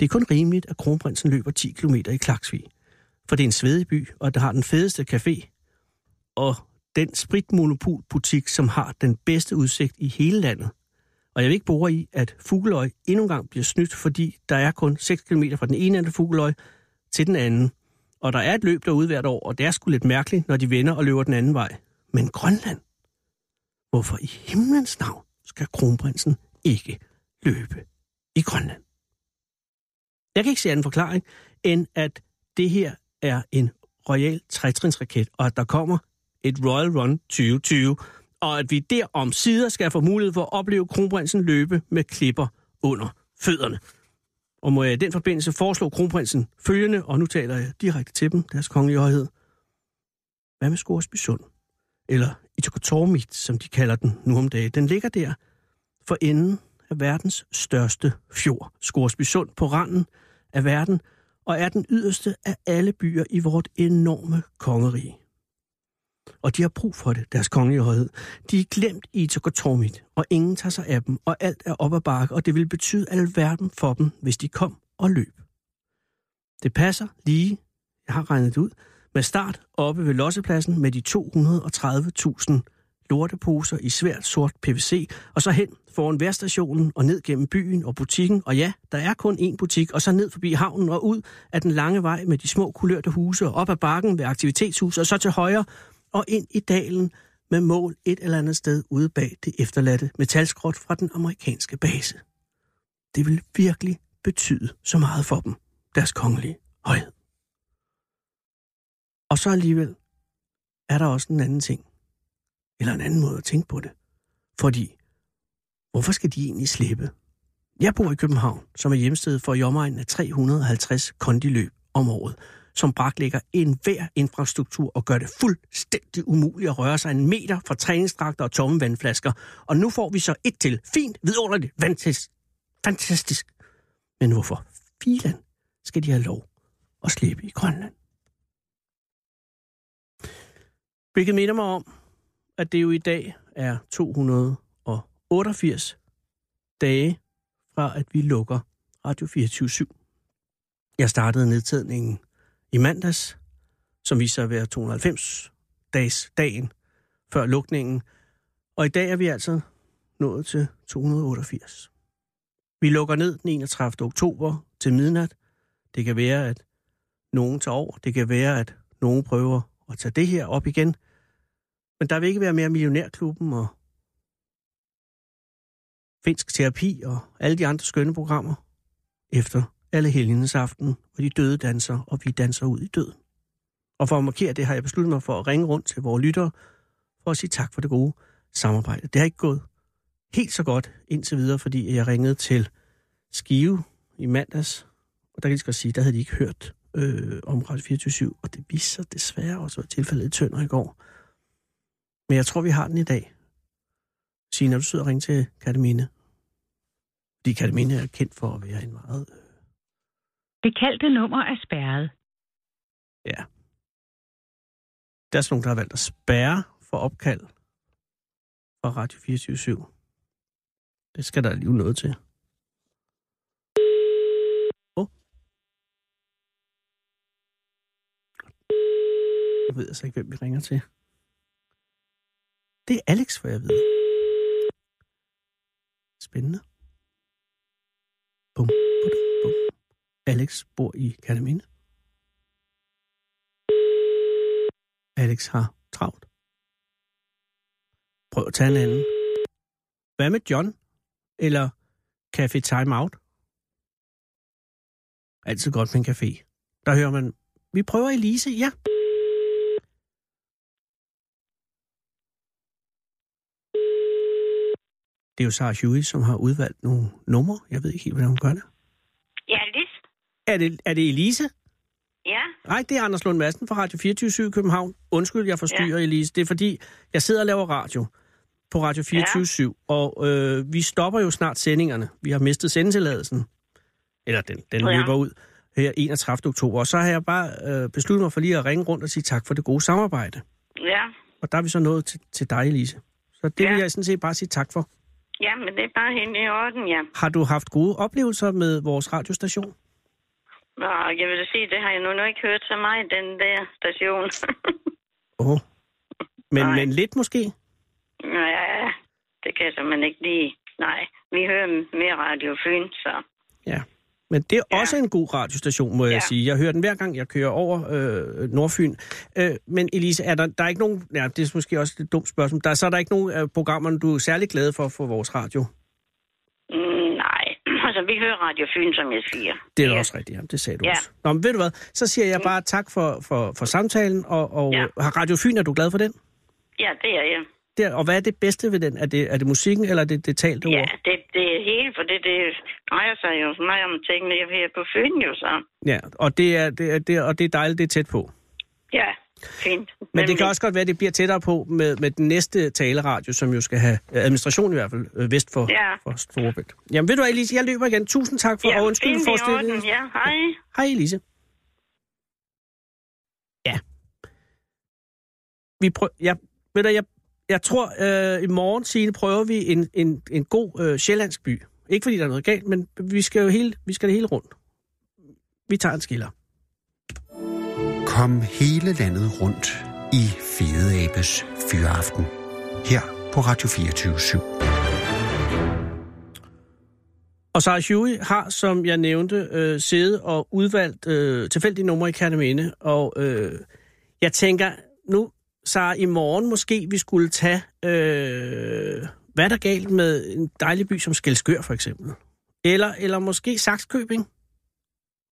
Det er kun rimeligt, at kronprinsen løber 10 km i Klaksvig for det er en svedig by, og der har den fedeste café. Og den spritmonopolbutik, som har den bedste udsigt i hele landet. Og jeg vil ikke bore i, at Fugløj endnu engang bliver snydt, fordi der er kun 6 km fra den ene ende af Fugløj til den anden. Og der er et løb derude hvert år, og det er sgu lidt mærkeligt, når de vender og løber den anden vej. Men Grønland? Hvorfor i himlens navn skal kronprinsen ikke løbe i Grønland? Jeg kan ikke se anden forklaring, end at det her er en royal trætrinsraket, og at der kommer et Royal Run 2020, og at vi der om sider skal få mulighed for at opleve kronprinsen løbe med klipper under fødderne. Og må jeg i den forbindelse foreslå kronprinsen følgende, og nu taler jeg direkte til dem, deres kongelige højhed. Hvad med Scoresby Sund? Eller Itokotormit, som de kalder den nu om dagen. Den ligger der for enden af verdens største fjord, Scoresby Sund, på randen af verden, og er den yderste af alle byer i vort enorme kongerige. Og de har brug for det, deres kongelige højhed. De er glemt i Itokotormit, og ingen tager sig af dem, og alt er op ad bakke, og det vil betyde alverden for dem, hvis de kom og løb. Det passer lige, jeg har regnet det ud, med start oppe ved lossepladsen med de 230.000 lorteposer i svært sort PVC, og så hen foran værstationen og ned gennem byen og butikken, og ja, der er kun én butik, og så ned forbi havnen og ud af den lange vej med de små kulørte huse, og op ad bakken ved aktivitetshus, og så til højre og ind i dalen med mål et eller andet sted ude bag det efterladte metalskrot fra den amerikanske base. Det vil virkelig betyde så meget for dem, deres kongelige højhed. Og så alligevel er der også en anden ting. Eller en anden måde at tænke på det. Fordi, hvorfor skal de egentlig slippe? Jeg bor i København, som er hjemsted for i omegnen af 350 kondiløb om året, som braklægger enhver infrastruktur og gør det fuldstændig umuligt at røre sig en meter fra træningsdragter og tomme vandflasker. Og nu får vi så et til. Fint, vidunderligt, fantastisk. fantastisk. Men hvorfor filan skal de have lov at slippe i Grønland? Hvilket minder mig om, at det jo i dag er 288 dage fra, at vi lukker Radio 24 Jeg startede nedtædningen i mandags, som viser sig at være 290 dages dagen før lukningen. Og i dag er vi altså nået til 288. Vi lukker ned den 31. oktober til midnat. Det kan være, at nogen tager over. Det kan være, at nogen prøver at tage det her op igen. Men der vil ikke være mere Millionærklubben og Finsk Terapi og alle de andre skønne programmer efter alle helgenes aften, hvor de døde danser, og vi danser ud i døden. Og for at markere det, har jeg besluttet mig for at ringe rundt til vores lyttere for at sige tak for det gode samarbejde. Det har ikke gået helt så godt indtil videre, fordi jeg ringede til Skive i mandags, og der kan jeg lige så godt sige, der havde de ikke hørt øh, om Radio 24 og det viste sig desværre også at være tilfældet i Tønder i går. Men jeg tror, vi har den i dag. Signe, er du sød og ringe til Katamine? Fordi Katamine er kendt for at være en meget... øh,
Det kaldte nummer er spærret.
Ja. Der er sådan nogen, der har valgt at spærre for opkald fra Radio 24 Det skal der alligevel noget til. Åh. Jeg ved altså ikke, hvem vi ringer til. Det er Alex, for jeg ved. Spændende. Bum, bum, bum. Alex bor i Katamine. Alex har travlt. Prøv at tage en anden. Hvad med John? Eller Café Time Out? Altid godt med en café. Der hører man, vi prøver Elise, ja. Det er jo Sarah Huey, som har udvalgt nogle numre. Jeg ved ikke helt, hvordan hun gør det.
Ja, Lis.
Er det, er det Elise?
Ja,
Nej, det er Anders Lund Madsen fra Radio 24 i København. Undskyld, jeg forstyrrer, ja. Elise. Det er fordi, jeg sidder og laver radio på Radio 24 ja. og øh, vi stopper jo snart sendingerne. Vi har mistet sendetilladelsen. Eller den, den ja.
Ja.
løber ud her 31. oktober. Og så har jeg bare øh, besluttet mig for lige at ringe rundt og sige tak for det gode samarbejde.
ja.
Og der er vi så nået til, til dig, Elise. Så det ja.
Ja.
vil jeg sådan set bare sige tak for.
Ja, men det er bare hende i orden, ja.
Har du haft gode oplevelser med vores radiostation?
Og jeg vil da sige, det har jeg nu, nu ikke hørt så meget, den der station.
Åh. Men,
Nej.
men lidt måske?
ja, det kan jeg simpelthen ikke lide. Nej, vi hører mere Radio Fyn, så...
Ja. Men det er ja.
Ja.
også en god radiostation, må ja.
Ja.
jeg sige. Jeg hører den hver gang, jeg kører over øh, Nordfyn. Øh, men Elise, er der, der er ikke nogen... Ja, det er måske også et dumt spørgsmål. Der, er- så er der ikke nogen af programmerne, du er særlig glad for for vores radio.
Mm, nej, altså vi hører Radio Fyn, som jeg siger.
Det er da
Ja.
også rigtigt, ja. Det sagde du
Ja.
også. Nå, men ved du hvad? Så siger jeg bare tak for, for, for samtalen. Og, og
Ja.
ja. Radio Fyn, er du glad for den?
Ja, det er jeg.
Der, og hvad er det bedste ved den? Er det, er det musikken, eller er det det talte
Ja,
ord?
det, det er helt, for det, det drejer sig jo så meget om tingene her på Fyn, jo så.
Ja, og det er, det, er, det, er, og det er dejligt, det er tæt på.
Ja, fint.
Men det
Nemlig.
kan også godt være, at det bliver tættere på med, med den næste taleradio, som jo skal have øh, administration i hvert fald, øh, vest for,
Ja.
for Storebælt. Jamen ved du hvad, Elise, jeg løber igen. Tusind tak for,
Ja,
og undskyld
fint,
for
i orden.
støtten.
Ja, hej.
Hej Elise. Ja. Vi prøv, jeg, ved du, jeg, jeg tror, øh, i morgen, Signe, prøver vi en, en, en god øh, sjællandsk by. Ikke fordi der er noget galt, men vi skal jo hele, vi skal det hele rundt. Vi tager en skiller.
Kom hele landet rundt i Fede Abes Fyraften. Her på Radio 24 /7.
Og Sarah Huey har, som jeg nævnte, øh, siddet og udvalgt øh, tilfældige numre i Kerteminde, og øh, jeg tænker, nu, Sarah, i morgen måske vi skulle tage, øh, hvad er der galt med en dejlig by som Skelskør, for eksempel? Eller, eller måske Saxkøbing?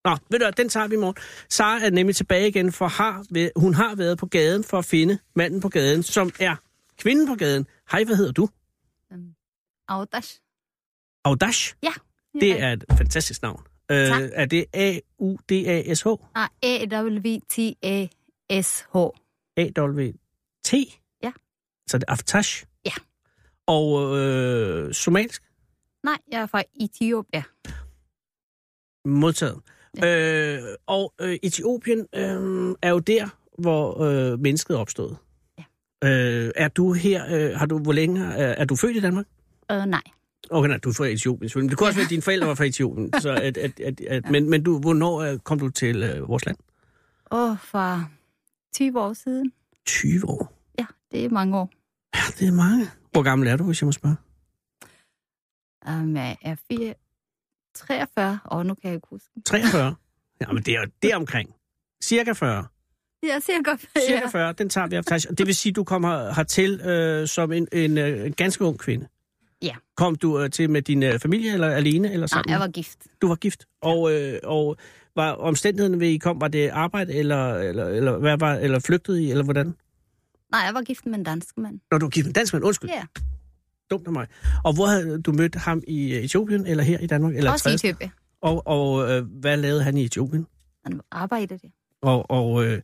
Nå, ved du hvad, den tager vi i morgen. Sara er nemlig tilbage igen, for har, væ- hun har været på gaden for at finde manden på gaden, som er kvinden på gaden. Hej, hvad hedder du?
Øhm, Audash.
Audash?
Ja.
Det er et fantastisk navn. Øh,
Tak.
er det A-U-D-A-S-H?
Nej, A-W-T-A-S-H.
A-W-T?
Ja.
Så er det Aftash?
Ja.
Og øh, somalisk?
Nej, jeg er fra Etiopia.
Modtaget. Ja. Øh, og øh, Etiopien øh, er jo der, hvor øh, mennesket er opstået.
Ja.
Øh, er du her, øh, har du, hvor længe, er, er du født i Danmark?
Øh, nej,
Okay, nej, du er fra Etiopien selvfølgelig. Men det kunne også være, at dine forældre var fra Etiopien. Så at, at, at, at, men, men du, hvornår øh, kom du til øh, vores land?
åh, fra 20 år siden.
20 år.
Ja, det er mange år.
Ja, det er mange. Hvor gammel er du, hvis jeg må spørge?
Um, jeg er fire- 43 år, nu kan jeg ikke huske.
43? Ja, men det er det er omkring. Cirka 40.
Jeg ser godt,
Cirka 40, den tager vi af tash. Det vil sige, du kommer hertil øh, som en, en, øh, en ganske ung kvinde.
Ja.
Kom du øh, til med din øh, familie, eller alene, eller
Nej,
sammen?
jeg var gift.
Du var gift. Og, øh, og var omstændighederne ved, I kom, var det arbejde, eller, eller, eller, hvad var, eller flygtede I, eller hvordan?
Nej, jeg var gift med en dansk mand.
Når du var gift med en dansk mand, undskyld,
Ja,
dumt af mig. Og hvor havde du mødt ham i øh, Etiopien, eller her i Danmark? Eller
også i
tredje-
Etiopia.
Og, og øh, hvad lavede han i Etiopien?
Han arbejder der.
og, og, øh,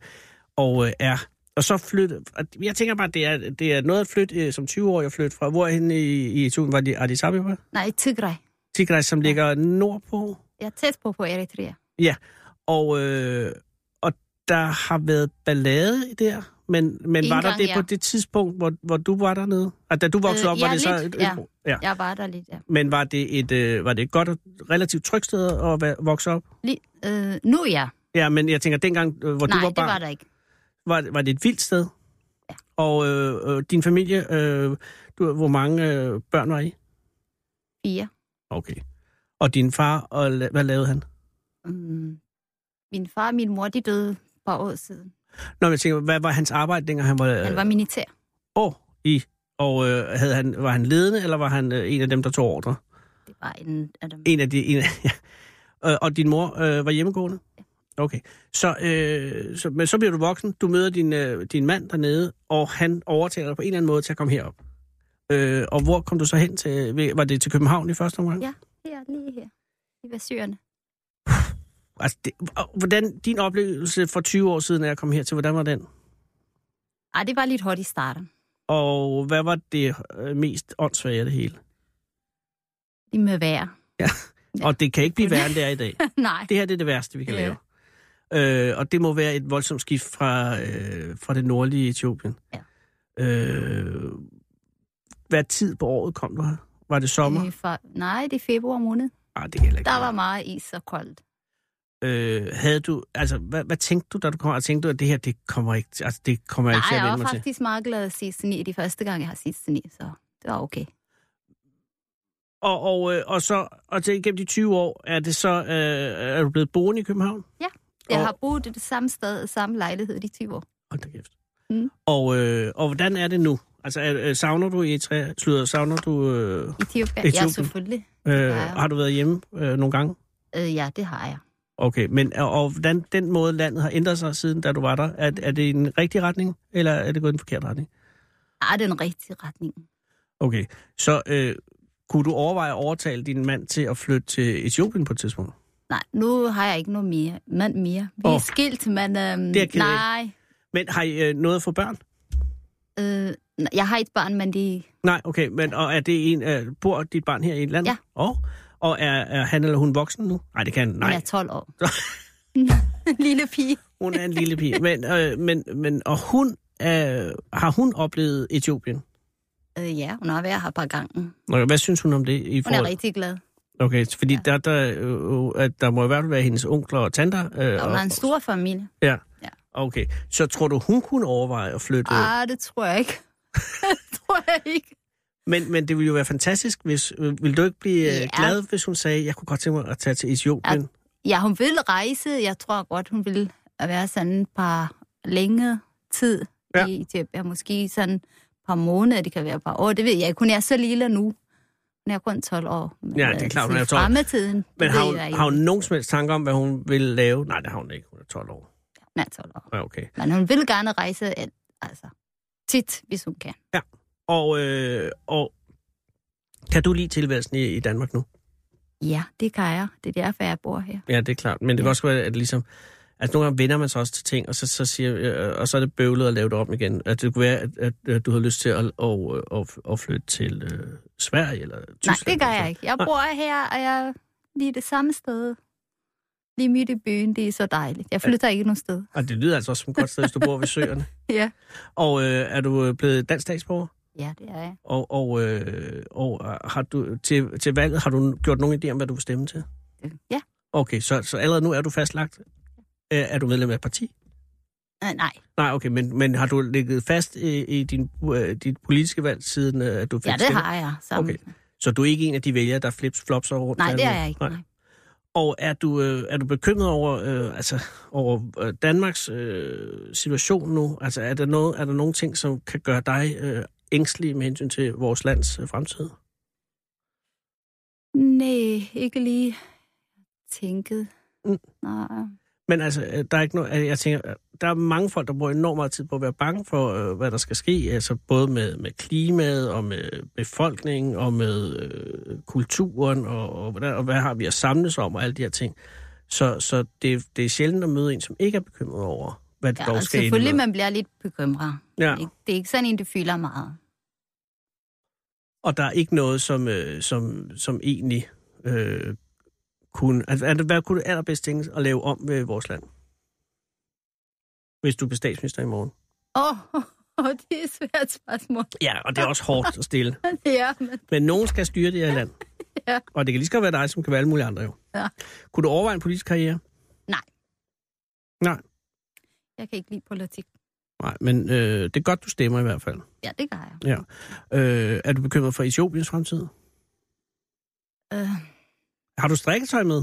og øh, er. Og så flytte... og Jeg tænker bare, det er, det er noget at flytte øh, som 20-årig at flytte fra. Hvor hen i, i Etiopien var det Addis Abeba?
Nej, i Tigray.
Tigray, som ligger nordpå.
Jeg er tæt på på Eritrea.
Og, øh, og der har været ballade der. Men, men
En
var der
gang,
det
ja.
på det tidspunkt, hvor, hvor du var dernede? Og da du voksede
Øh,
op, var
ja,
det så...
lidt,
et, et, ja.
Jeg var der lidt, ja.
Men var det, et, øh, var det et godt og relativt trygt sted at va- vokse op?
Lige, øh, nu ja.
Ja, men jeg tænker, dengang, øh, hvor
Nej,
du var
det
barn...
var der ikke.
var, var det et vildt sted?
Ja.
Og øh, øh, din familie, øh, du, hvor mange øh, børn var I?
Fire.
Okay. Og din far, og la, hvad lavede han?
Mm. Min far og min mor, de døde et par år siden.
Nå, men jeg tænker, hvad var hans arbejde, dengang han var,
Han
øh,
var militær.
år i? Og øh, havde han, var han ledende, eller var han øh, en af dem, der tog ordre?
Det var en af dem.
En af de... En af, ja. Øh, Og din mor øh, var hjemmegående? Okay. Så, øh, så, men så bliver du voksen, du møder din, øh, din mand dernede, og han overtaler dig på en eller anden måde til at komme herop. Øh, og hvor kom du så hen til? Var det til København i første omgang?
Ja, her, lige her. I Vassyrene.
Altså, det, og hvordan, din oplevelse for 20 år siden, da jeg kom hertil, hvordan var den?
Ej, det var lidt hårdt i starten.
Og hvad var det øh, mest åndssvage af det hele?
Det med vejr. Ja.
Og det kan ikke blive værre, end det er i dag.
Nej,
Det her det er det værste, vi kan
Ja.
lave. Øh, og det må være et voldsomt skift fra, øh, fra det nordlige Etiopien.
Ja.
Øh, hvad tid på året kom du her? Var det sommer?
det er for, nej, det er februar måned.
Nej, det kan heller ikke.
Øh, Der var meget is og koldt.
Øh, havde du, altså, hvad, hvad tænkte du, da du kom? her? Tænkte du, at det her, det kommer ikke, altså, det kommer jeg
Nej,
ikke til at
jeg
vende
var
mig til?
faktisk meget glad at se sne de første gang, jeg har set sne, så det var okay.
Og, og, øh, og så og til, gennem de 20 år, er det så øh, er du blevet boende i København?
Jeg
Og-
har boet i det samme sted og samme lejlighed i 20 år.
Hold da kæft.
Mm.
Og, øh, og hvordan er det nu? Altså, er, øh, savner du Eritrea? Slutter, savner du... Øh,
I Etiopia.
Etiopien.
Ja, selvfølgelig.
øh,
jeg.
har du været hjemme øh, nogle gange?
Øh, ja, det har jeg.
Okay, men og, og hvordan den måde, landet har ændret sig siden, da du var der, er, er det i den rigtige retning, eller er det gået i den forkerte retning?
Ej, det er den rigtige retning.
Okay, så øh, kunne du overveje at overtale din mand til at flytte til Etiopien på et tidspunkt?
Nej, nu har jeg ikke noget mere, mand mere. Vi er
Åh.
skilt, men øhm,
Det er jeg ked af.
nej,
Men har I øh, noget for børn?
Øh, nej, jeg har et barn, men det...
Nej, okay. Men, og er det en, øh, bor dit barn her i landet?
Ja.
Og, og er, er han eller hun voksen nu? Nej, det kan han.
Nej.
Nej,
Jeg er 12 år. Lille pige.
hun er en lille pige. Men, øh, men, men, og hun, øh, har hun oplevet Etiopien?
Øh, ja, hun har været her et par gange.
Nå, Hvad synes hun om det? I
Hun er rigtig glad.
Okay, fordi ja. der, der, øh, at der må i hvert fald være hendes onkler og tanter. Øh,
Og hun har en stor familie.
Ja.
Ja.
Okay, så tror du, hun kunne overveje at flytte?
Ah, det tror jeg ikke. det tror jeg ikke.
Men, men det ville jo være fantastisk, hvis... øh, Ville du ikke blive ja.
Ja.
glad, hvis hun sagde, jeg kunne godt tænke mig at tage til Etiopien? Ja.
Ja, hun vil rejse. Jeg tror godt, hun vil være sådan et par længe tid
Ja.
ja. i Etiopien. Måske sådan et par måneder, det kan være et par år. Det ved jeg ikke. Hun er så lille nu. Hun er kun 12 år. Men,
Ja, det er
øh,
klart, hun
sådan
er 12.
Fremmetiden, det
Men har
ved
hun,
jeg
har hun
ikke.
nogen som helst tanke om, hvad hun vil lave? Nej, det har hun ikke. Hun er 12 år.
Hun er 12 år.
Ja, okay.
Men hun vil gerne rejse al- altså, tit, hvis hun kan.
Og, øh, og kan du lide tilværelsen i, i Danmark nu?
Ja, det kan jeg. Det er derfor, jeg bor her.
Ja, det er klart. Men det ja. kan også være, at ligesom... Altså, nogle gange vender man sig også til ting, og så, så, siger, øh, og så er det bøvlet at lave det om igen. At det kunne være, at, at, at du har lyst til at, at, at, at flytte til øh, Sverige eller Tyskland.
Nej, det
eller
gør
sådan.
jeg ikke. Jeg
Nej.
bor her, og jeg er lige det samme sted. Lige midt i byen. Det er så dejligt. Jeg flytter ikke nogen sted.
Og det lyder altså også som et godt sted, hvis du bor ved søerne.
Ja.
Og øh, er du øh, blevet dansk statsborger?
Ja, det er jeg.
Og, og, øh, og øh, har du, til, til valget har du gjort nogen idé om, hvad du vil stemme til?
Ja.
Okay, så, så allerede nu er du fastlagt. Øh, Er du medlem af et parti?
Øh, Nej,
Nej, okay, men, men har du ligget fast i, i din, øh, dit politiske valg, siden øh, at du fik
ja, det
stemme?
har jeg. Sammen.
Okay, så du er ikke en af de vælgere, der flips flops over rundt?
Nej, det
dernede?
er jeg ikke. Nej.
Og er du, øh, er du bekymret over, øh, altså, over øh, Danmarks øh, situation nu? Altså, er der, noget, er der nogle ting, som kan gøre dig øh, ængstelig med hensyn til vores lands øh, fremtid?
Nej, ikke lige tænket.
Mm.
Nej.
Men altså, øh, der er ikke noget, jeg tænker, øh, der er mange folk, der bruger enormt meget tid på at være bange for, øh, hvad der skal ske, altså både med, med klimaet og med befolkningen og med øh, kulturen og, og, hvordan, og hvad har vi at samles om og alle de her ting. Så, så det, det er sjældent at møde en, som ikke er bekymret over, hvad det ja,
Ja,
dog
og
skal ende
selvfølgelig,
med.
man bliver lidt bekymret.
Ja,
Ikke- Det er ikke sådan en, det fylder meget.
og der er ikke noget, som, øh, som, som egentlig øh, kunne... Altså, altså, hvad kunne du allerbedst tænke at lave om ved vores land? Hvis du blev statsminister i morgen.
Åh, oh, det er et svært spørgsmål.
Ja, og det er også hårdt at stille.
Ja, men
Men nogen skal styre det her land.
Ja.
Og det kan lige så godt være dig, som kan være alle mulige andre jo.
Ja.
Kunne du overveje en politisk karriere?
jeg kan ikke lide politik.
Nej, men øh, det er godt, du stemmer i hvert fald.
Ja, det gør jeg.
Øh, er du bekymret for Etiopiens fremtid?
Øh,
Har du strikketøj med?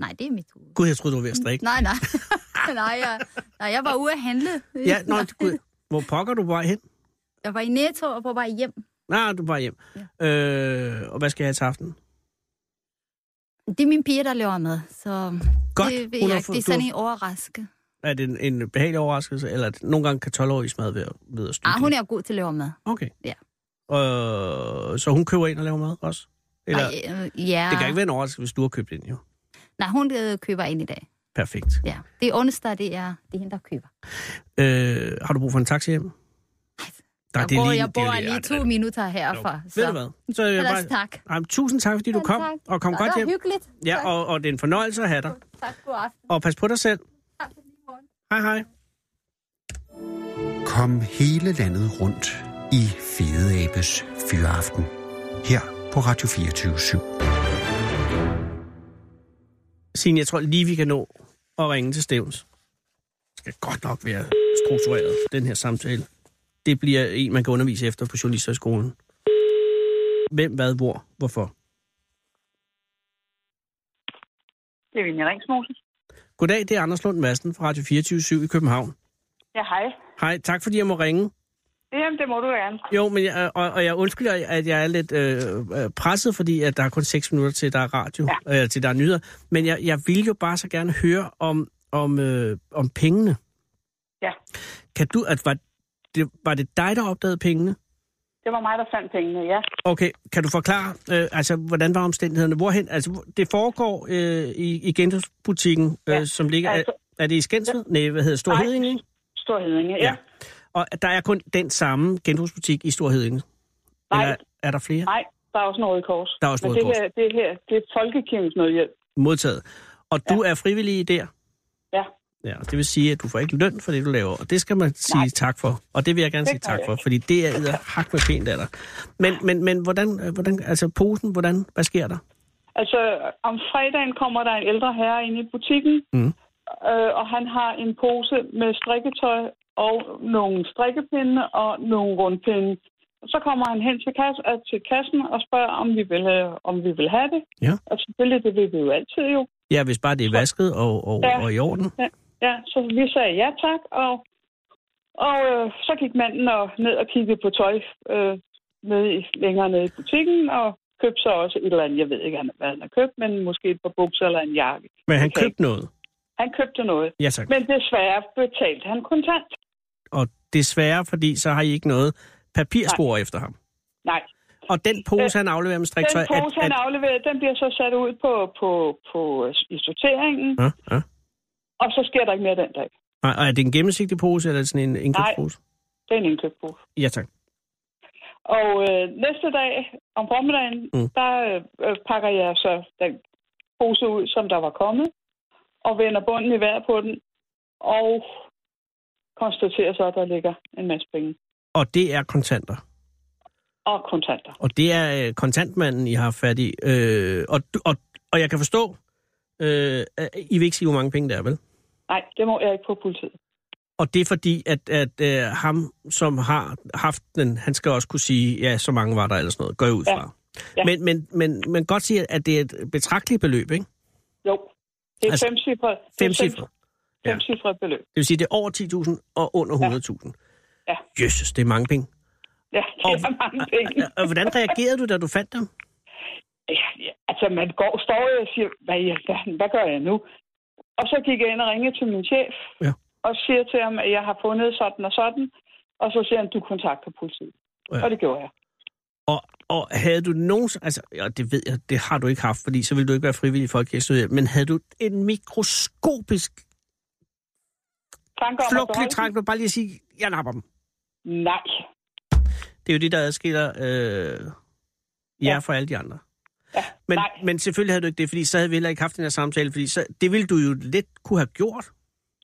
nej, det er mit hoved.
Gud, jeg troede, du var ved at strikke.
Nej, nej. nej, jeg, nej, jeg var ude at handle.
Ja, nå, gud. Hvor pokker du på vej hen?
Jeg var i Netto og på vej hjem.
Nej, du er bare hjem. Ja. Øh, og hvad skal jeg have til aften?
Det er min pige, der laver med, så
Godt.
det ved
hun
jeg
har
ikke.
fået-
Det er
du har-
sådan en overraske.
er det en, en behagelig overraskelse, eller er det- nogle gange kan 12-årige smad ved, at- ved at stykke?
Ah, hun er god til at lave mad.
Okay.
Ja.
Øh, så hun køber ind og laver mad også? Eller,
Nej, øh, ja.
det kan ikke være en overraskelse, hvis du har købt ind, jo.
Nej, hun øh, køber ind i dag.
Perfekt.
Ja. Det er onsdag, det er, det er hende, der køber.
Øh, har du brug for en taxi hjem? Nej,
jeg
det er
bor,
lige,
jeg
det er
bor
jo
lige
ej,
to
det er-
minutter
Jo.
herfra.
Ved du hvad? Så, jeg
Ellers
bare,
tak.
Jamen, tusind tak, fordi du
Selv
kom,
tak.
og kom
Nå,
godt
det var
hjem.
hyggeligt.
Ja,
Tak.
og, og det er en fornøjelse at have dig.
Tak, god aften.
Og pas på dig selv.
Tak for din morgen.
Hej hej.
Kom hele landet rundt i Fede Abes Fyraften. Her på Radio 24 /7.
Signe, jeg tror lige, vi kan nå at ringe til Stevens. Det skal godt nok være struktureret, den her samtale. Det bliver en, man kan undervise efter på Journalisterskolen. Hvem, hvad, hvor, hvorfor.
Det er Vinja Ringsmosen.
Goddag, det er Anders Lund Madsen fra Radio 24 i København.
Ja, hej.
Hej, tak fordi jeg må ringe.
Jamen, det må du gerne.
Jo, men jeg, og, og jeg undskylder, at jeg er lidt øh, øh, presset, fordi at der er kun 6 minutter til, der er radio, ja. øh, til der er nyheder. Men jeg, jeg vil jo bare så gerne høre om, om, øh, om pengene.
Ja.
Kan du, at var det, var det dig, der opdagede pengene?
Det var mig, der fandt pengene, ja.
Okay, kan du forklare, øh, altså, hvordan var omstændighederne? Hvorhen? Altså, hvor- det foregår øh, i, i genbrugsbutikken, øh,
Ja,
som ligger...
altså-
er, er det i Skensved? Nej, hvad hedder det? Stor
Nej.
Hedinge, ikke?
Stor Hedinge, ja. ja.
Og der er kun den samme genbrugsbutik i Storhedinge?
Nej.
Eller er der flere?
Nej, der er også en røde kors.
Der er også en
Men
Røde
det her, det her, det er Folkekirkens Nødhjælp.
Modtaget. Og du er frivillig der?
Ja.
Ja, og det vil sige, at du får ikke løn for det, du laver, og det skal man sige Nej. tak for. Og det vil jeg gerne sige tak for, fordi det er edder- hak med pænt af dig. Men, men, men hvordan, hvordan, altså posen, hvordan, hvad sker der?
Altså, om fredagen kommer der en ældre herre ind i butikken,
Mm.
øh, og han har en pose med strikketøj og nogle strikkepinde og nogle rundpinde. Så kommer han hen til, kasse, øh, til kassen og spørger, om vi vil, øh, om vi vil have det.
Ja.
Og selvfølgelig, det vil vi jo altid jo.
Ja, hvis bare det er vasket og, og,
Ja.
og i orden.
Ja, så vi sagde ja tak, og, og øh, så gik manden og, ned og kiggede på tøj øh, nede i, længere nede i butikken, og købte så også et eller andet, jeg ved ikke, hvad han har købt, men måske et par bukser eller en jakke.
Men han
Okay.
købte noget.
Han købte noget,
Ja, tak.
men desværre betalte han kontant.
Og desværre, fordi så har I ikke noget papirspor efter ham.
Nej, Øh,
Og den pose, han afleverer med striktøj...
den pose, han afleverede, den bliver så sat ud på, på, på, øh, i sorteringen,
ja, ja.
og så sker der ikke mere den dag.
Nej, og er det en gennemsigtig pose, eller er det sådan en indkøbspose?
Det er en indkøbt pose.
Ja, tak.
Og øh, næste dag om formiddagen,
Mm.
mm. der øh, pakker jeg så den pose ud, som der var kommet, og vender bunden i hver på den, og konstaterer så, at der ligger en masse penge
Og det er kontanter.
og kontanter.
Og det er øh, kontantmanden, I har fat i. Øh, og, du- og, og jeg kan forstå, øh, at I vil ikke sige, hvor mange penge der er, vel?
Nej, det må jeg ikke på politiet.
Og det er fordi, at, at øh, ham, som har haft den, han skal også kunne sige, ja, så mange var der eller sådan noget. Går jeg ud
Ja.
fra.
Ja.
Men, men, men, men godt sige, at det er et betragteligt beløb, ikke?
Jo, det er
Altså,
altså, fem cifre.
Fem cifre. ja.
Fem cifre beløb.
Det vil sige, det er over 10.000 og under 100.000.
Ja.
Jesus, det er mange penge.
Ja, det
Og-
og, er mange penge.
Og hvordan reagerede du, da du fandt dem?
Ja, ja, altså, man går, står jo og siger, hvad, i alverden, hvad gør jeg nu? Og så gik jeg ind og ringede til min chef,
Ja.
og siger til ham, at jeg har fundet sådan og sådan, og så siger han, du kontakter politiet.
Ja.
Ja. Og det gjorde jeg.
Og, og havde du nogen... Altså, ja, det ved jeg, det har du ikke haft, fordi så ville du ikke være frivillig for at kirke Men havde du en mikroskopisk
Tanker om at
flugtlig
beholde
trang på bare lige at sige, jeg napper dem?
den? Nej.
Det er jo det, der adskiller øh, jer ja.
Ja.
fra alle de andre.
Ja,
Men,
nej.
men selvfølgelig havde du ikke det, fordi så havde vi heller ikke haft den her samtale, fordi så, det ville du jo lidt kunne have gjort.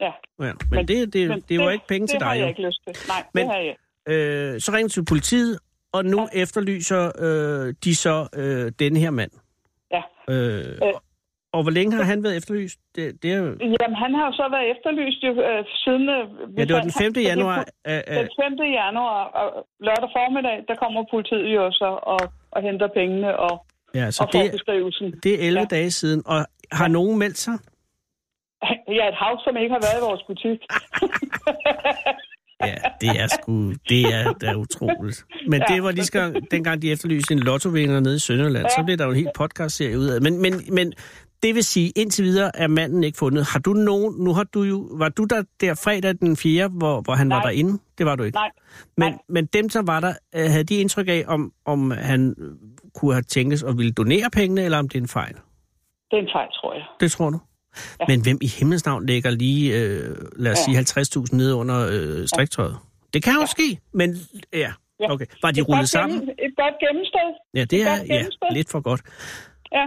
Ja.
Ja, men, men det, det, men det var ikke penge
det
til
Det har
dig,
jeg
jo.
ikke lyst til. Nej, men,
Men-
det har jeg ikke.
Øh, så ringede du til politiet, og nu ja. efterlyser øh, de så øh, denne her mand.
Ja.
Øh, øh. Og, og hvor længe har han været efterlyst? Det, det er, jo-
Jamen, han har jo så været efterlyst jo, øh, siden... Øh, vi
ja, det var
fandt
den
ham,
5.
fordi
januar.
po-
Øh, øh,
Den 5. januar, og lørdag formiddag, der kommer politiet jo så og, og henter pengene og,
ja, så
og får
det,
beskrivelsen.
det er 11 ja.
Ja.
dage siden, og har ja. nogen meldt sig?
Ja, et hav, som ikke har været i vores butik.
Ja, det er sgu, det er da utroligt. Men ja. det var lige gang, dengang de efterlyste en lottovinder nede i Sønderland, ja. så blev der jo en helt podcastserie ud af. Men, men, men det vil sige, indtil videre er manden ikke fundet. Har du nogen, nu har du jo, var du der der fredag den 4., hvor, hvor han Nej. var
Nej.
derinde? Det var du ikke.
Nej,
men,
nej.
men dem, som var der, øh, havde de indtryk af, om, om han øh, kunne have tænkes at ville donere pengene, eller om det er en fejl?
det er en fejl, tror jeg.
Det tror du? Ja. Men hvem i himlens navn lægger lige, øh, lad os ja. sige, 50.000 ned under øh, striktøjet? Det kan jo ja. ske, men ja.
Ja.
Okay. Var de
Et godt
rullet sammen?
gennem- Et godt gennemsted,
Ja, det
et
er
godt
ja,
gennemspil.
lidt for godt.
ja.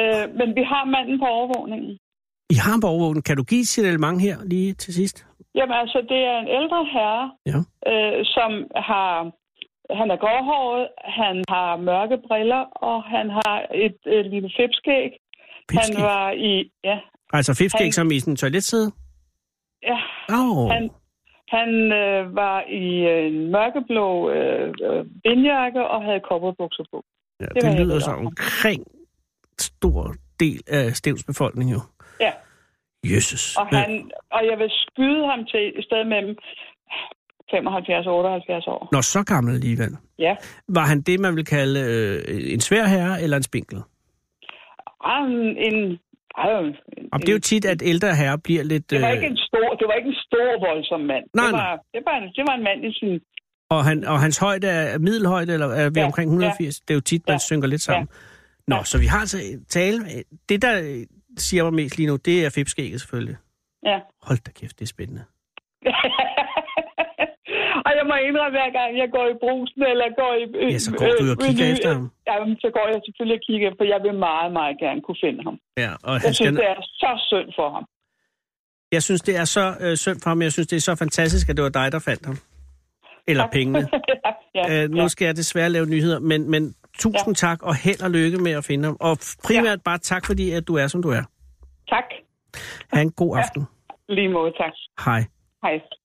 Øh, men vi har manden på overvågningen.
I Hamborgvågen, kan du give sit mange her lige til sidst?
Jamen altså, det er en ældre herre,
Ja.
øh, som har... Han er gråhåret, han har mørke briller, og han har et øh, lille fipskæg. Han
Pipskæg.
var i... Ja,
Altså fipskæg,
Han-
som i sådan en toiletsæde?
ja.
Åh, oh,
Han, han øh, var i øh, en mørkeblå øh, øh, vindjakke og havde kobberbukser på.
ja, det,
var
det
jeg
lyder
glad
så
for.
omkring stor del af Stevns befolkning jo.
Ja.
Jesus. Øh,
Og, han, og jeg vil skyde ham til et sted mellem 75-78 år.
Nå, så gammel alligevel.
Ja.
Var han det, man vil kalde øh, en svær herre eller en spinkel?
Og en, en, ej, en,
Og det er jo tit, at ældre herrer bliver lidt...
Øh, det var
øh,
ikke en stor, det var ikke en stor voldsom mand.
Nej,
det, var, det, var en, det var en mand i sin...
og, han, og hans højde er er middelhøjde, eller er vi ja,
Ja,
omkring 180? Ja. Det er jo tit, man ja,
Ja,
synker lidt sammen. Ja. Nå,
ja.
så vi har altså tale... Det, der øh, siger mig mest lige nu, det er fipskægget selvfølgelig.
Ja.
Hold da kæft, det er spændende.
Og jeg må indrømme, hver gang jeg går i brusen, eller går i...
Ja, så går du jo og kigger
ude i-
efter ham.
Jamen, så går jeg selvfølgelig og kigger, for jeg vil meget, meget gerne kunne finde ham.
Ja, og han
Jeg synes,
skal,
det er så synd for ham.
jeg synes, det er så øh, synd for ham. Jeg synes, det er så fantastisk, at det var dig, der fandt ham. Eller pengene.
ja,
Øh, nu skal jeg desværre lave nyheder, men, men tusind ja. tak, og held og lykke med at finde ham. Og primært ja. bare tak, fordi at du er, som du er.
Tak.
Ha' en god aften.
Lige måde, tak.
Hej.
Hej.